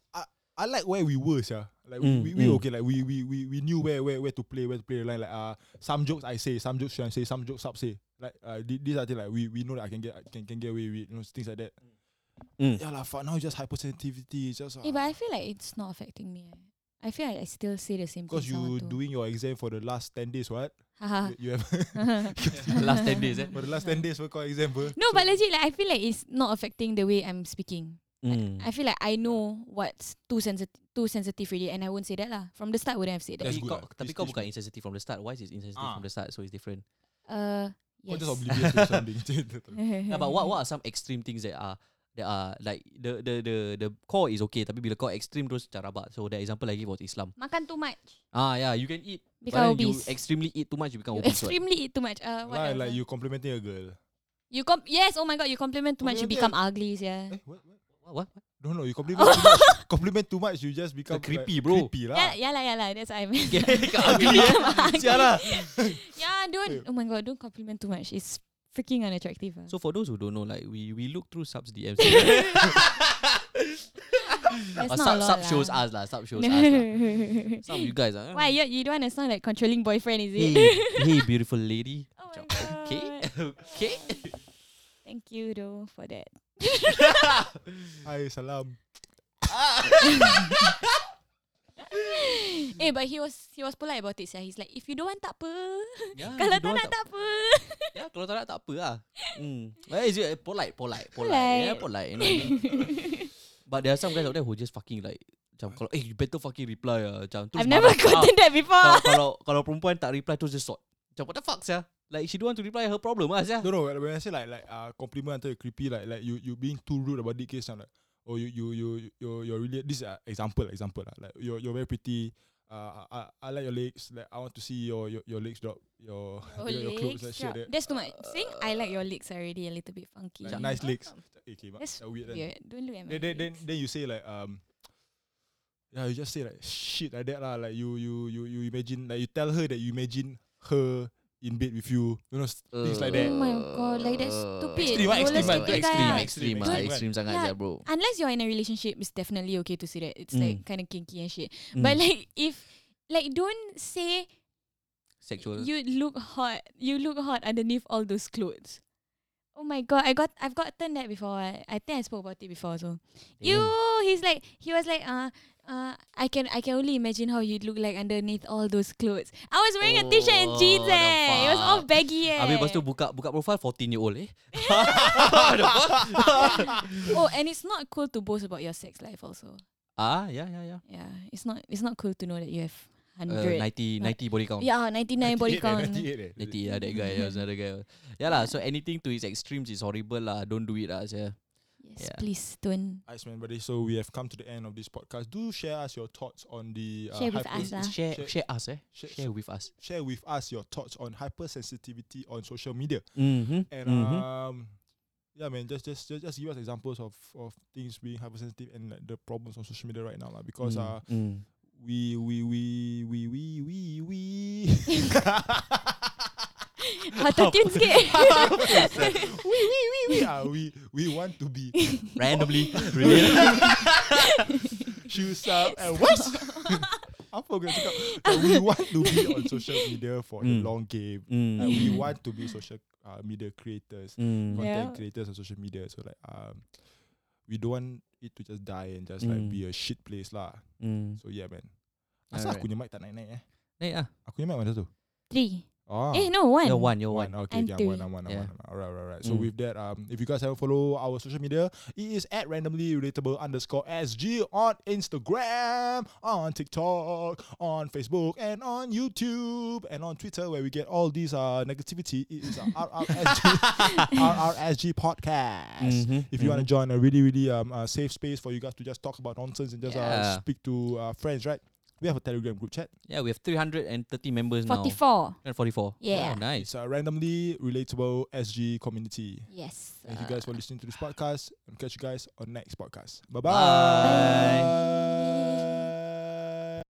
Speaker 4: I like where we were, sir. Like
Speaker 5: Mm,
Speaker 4: we, we, we
Speaker 5: mm.
Speaker 4: okay, like we, we we we knew where where where to play, where to play the line. Like uh, some jokes I say, some jokes Shuan say, some jokes Sub say. Like uh, thi- these are things like we we know that I can get I can, can get away with, you know, things like that.
Speaker 5: Mm.
Speaker 4: Yeah, like fuck, now it's just hypersensitivity, it's just. Uh,
Speaker 1: eh, but I feel like it's not affecting me. eh. I feel like I still say the same thing.
Speaker 4: because you doing your exam for the last ten days, what? You-
Speaker 1: Haha.
Speaker 4: you have
Speaker 5: Last ten days. Eh?
Speaker 4: for the last ten days for exam, bro.
Speaker 1: No, but legit, like I feel like it's not affecting the way I'm speaking.
Speaker 5: Mm.
Speaker 1: I feel like I know what's too sensitive, too sensitive really, and I won't say that lah. From the start, wouldn't have said that.
Speaker 4: That's
Speaker 5: Tapi
Speaker 4: good
Speaker 5: kau,
Speaker 4: lah.
Speaker 5: tapi
Speaker 4: Teach-
Speaker 5: kau
Speaker 4: teach
Speaker 5: bukan
Speaker 4: me.
Speaker 5: insensitive from the start. Why is it insensitive
Speaker 4: Ah.
Speaker 5: from the start? So it's different.
Speaker 1: Uh,
Speaker 4: Kau
Speaker 5: Oh,
Speaker 1: yes.
Speaker 4: just oblivious to something macam tu.
Speaker 5: Yeah, but what what are some extreme things that are that are like the the the the core is okay tapi bila kau extreme terus macam rabak. So the example lagi was Islam.
Speaker 1: Makan too much.
Speaker 5: Ah yeah, you can eat but
Speaker 1: Become
Speaker 5: then you
Speaker 1: obese.
Speaker 5: extremely eat too much you become
Speaker 1: You
Speaker 5: obese. Right?
Speaker 1: extremely eat too much. Uh, what
Speaker 4: Like,
Speaker 1: else,
Speaker 4: like
Speaker 1: ah?
Speaker 4: you complimenting a girl.
Speaker 1: You com- yes, oh my god, you compliment too much, you
Speaker 4: Compliment-
Speaker 1: become ugly, yeah.
Speaker 4: Eh, what? what?
Speaker 5: What, what?
Speaker 4: No, no, you compliment too much. Compliment too much, you just become like,
Speaker 5: creepy, bro.
Speaker 4: Creepy lah.
Speaker 1: Oh. Yeah, yeah lah, yeah lah. That's what I meant.
Speaker 5: ah. Okay, kau ugly eh. Sialah.
Speaker 1: yeah, don't. Oh my god, don't compliment too much. It's freaking unattractive. ah.
Speaker 5: So for those who don't know, like we we look through subs DMs.
Speaker 1: That's
Speaker 5: Uh, sub
Speaker 1: not a lot
Speaker 5: sub
Speaker 1: lah.
Speaker 5: shows us lah, sub shows us lah.
Speaker 1: Why
Speaker 5: Some of you guys are. "Hmm,
Speaker 1: you you don't want to sound like controlling boyfriend? Is
Speaker 5: Hey,
Speaker 1: it?
Speaker 5: hey, beautiful lady.
Speaker 1: Oh my
Speaker 5: Okay,
Speaker 1: God.
Speaker 5: okay.
Speaker 1: Thank you though for that.
Speaker 4: Hi, salam.
Speaker 5: Hmm.
Speaker 1: Eh, but he was he was polite about it. Yeah, he's like, if you don't want, tak apa.
Speaker 5: Yeah,
Speaker 1: Kalau
Speaker 5: you
Speaker 1: tak
Speaker 5: Hmm, don't
Speaker 1: nak,
Speaker 5: want
Speaker 1: tak apa.
Speaker 5: Ya, kalau tak nak tak apa lah. Hmm. Well, is it polite, polite, polite.
Speaker 1: Polite.
Speaker 5: Yeah, polite. You know. But there are some guys out there who just fucking like macam kalau eh you better fucking reply ah macam terus
Speaker 1: I've never
Speaker 5: marah.
Speaker 1: gotten that
Speaker 5: Ah,
Speaker 1: before.
Speaker 5: kalau, kalau kalau perempuan tak reply terus just sort. Macam what the fuck sia? Like she don't want to reply her problem ah sia.
Speaker 4: No, no, when I say like like uh, compliment until you're creepy, like like you you being too rude about it, case I'm like, oh you you you you you're really this uh, example example lah. like you're you're very pretty. Uh, I, I- I like your legs. Like I want to see your your, your legs drop. Your
Speaker 1: Oh,
Speaker 4: your, your clothes like
Speaker 1: legs drop.
Speaker 4: shit. That.
Speaker 1: That's too much. Saying I like your legs already a little bit funky.
Speaker 4: Like, nice legs.
Speaker 1: Oh,
Speaker 4: Okay, but
Speaker 1: That's
Speaker 4: that weird.
Speaker 1: weird.
Speaker 4: then.
Speaker 1: Don't look at my
Speaker 4: Then, then then
Speaker 1: legs.
Speaker 4: then you say like um. Yeah, you just say like shit like that lah. Like you you you you imagine like you tell her that you imagine her in bed with you. You know s- things like that.
Speaker 1: Oh my god, like that's stupid.
Speaker 4: Extreme ah,
Speaker 1: Roller
Speaker 4: extreme ah,
Speaker 1: skating
Speaker 4: extreme,
Speaker 1: guy ah.
Speaker 4: extreme
Speaker 5: ah,
Speaker 4: ah,
Speaker 5: extreme sangat
Speaker 1: Yeah.
Speaker 5: sia bro.
Speaker 1: Unless you're in a relationship, it's definitely okay to say that. It's
Speaker 5: Mm.
Speaker 1: like kind of kinky and shit.
Speaker 5: Mm.
Speaker 1: But like if like don't say
Speaker 5: sexual.
Speaker 1: you look hot. You look hot underneath all those clothes. Oh my god, I got I've gotten that before. I, I think I spoke about it before so. You he's like he was like uh uh I can I can only imagine how you'd look like underneath all those clothes. I was wearing a t-shirt and jeans
Speaker 5: Oh, the
Speaker 1: eh. It was all
Speaker 5: fuck.
Speaker 1: baggy eh.
Speaker 5: Habis lepas tu buka buka profile 14 year old eh.
Speaker 1: oh, and it's not cool to boast about your sex life also.
Speaker 5: Ah, yeah yeah yeah.
Speaker 1: Yeah, it's not it's not cool to know that you have
Speaker 5: Uh,
Speaker 1: hundred.
Speaker 5: 90 90 body count.
Speaker 1: yeah, ninety nine
Speaker 4: 98,
Speaker 1: body
Speaker 4: eh,
Speaker 1: count.
Speaker 4: 98, eh.
Speaker 5: 90 yeah, that guy yeah, was another guy. Yeah lah, so anything to his extremes is horrible lah. Don't do it lah, yeah. Yeah.
Speaker 1: Yes, please don't.
Speaker 4: Iceman buddy, so we have come to the end of this podcast. Do share us your thoughts on the uh,
Speaker 1: Share with
Speaker 4: hyper-
Speaker 1: us lah.
Speaker 5: Share, share
Speaker 4: Share-
Speaker 5: us eh. Share,
Speaker 4: share-
Speaker 5: with us.
Speaker 4: Share with us your thoughts on hypersensitivity on social media,
Speaker 5: Mm-hmm.
Speaker 4: and um, yeah, man, just, just just just give us examples of of things being hypersensitive and like, the problems on social media right now, lah. Because
Speaker 5: Mm.
Speaker 4: uh,
Speaker 5: Mm-hmm.
Speaker 4: we we we we we we we.
Speaker 1: Auto tune sikit.
Speaker 4: we we we we are we we want to be
Speaker 5: randomly, really.
Speaker 4: shoes up and uh, what? I forgot to cakap. We want to be on social media for the
Speaker 5: Mm.
Speaker 4: long game.
Speaker 5: mm.
Speaker 4: Like, uh, we want to be social uh, media creators,
Speaker 5: Mm.
Speaker 4: content
Speaker 1: Yeah.
Speaker 4: creators on social media. So like um, we don't want it to just die and just like
Speaker 5: Mm.
Speaker 4: be a shit place lah.
Speaker 5: Mm.
Speaker 4: So yeah, man. Asal
Speaker 5: Alright.
Speaker 4: aku punya mic tak naik-naik eh?
Speaker 5: Hey, ah.
Speaker 4: Aku punya mic mana tu?
Speaker 1: Three.
Speaker 4: Oh.
Speaker 1: Eh, no one.
Speaker 5: You're one, you're
Speaker 4: One.
Speaker 5: one.
Speaker 4: Okay,
Speaker 1: I'm
Speaker 4: yeah,
Speaker 1: three.
Speaker 4: one, I'm one, I'm
Speaker 5: Yeah.
Speaker 4: one. All right, right, right. So
Speaker 5: Mm.
Speaker 4: with that, um, if you guys haven't follow our social media, it is at randomly relatable underscore SG on Instagram, on TikTok, on Facebook, and on YouTube, and on Twitter, where we get all these uh negativity. It is uh, RRSG, RRSG podcast.
Speaker 5: Mhm,
Speaker 4: If you want to join a really, really um uh, safe space for you guys to just talk about nonsense and just uh,
Speaker 5: Yeah.
Speaker 4: speak to uh, friends, right? We have a Telegram group chat.
Speaker 5: Yeah, we have 330 members
Speaker 1: Forty
Speaker 5: now.
Speaker 1: four.
Speaker 5: 44. Oh,
Speaker 1: Yeah.
Speaker 5: nice.
Speaker 4: It's a randomly relatable SG community.
Speaker 1: Yes.
Speaker 4: Thank you guys for listening to this podcast and catch you guys on next podcast. Bye-bye.
Speaker 5: Bye.
Speaker 4: bye bye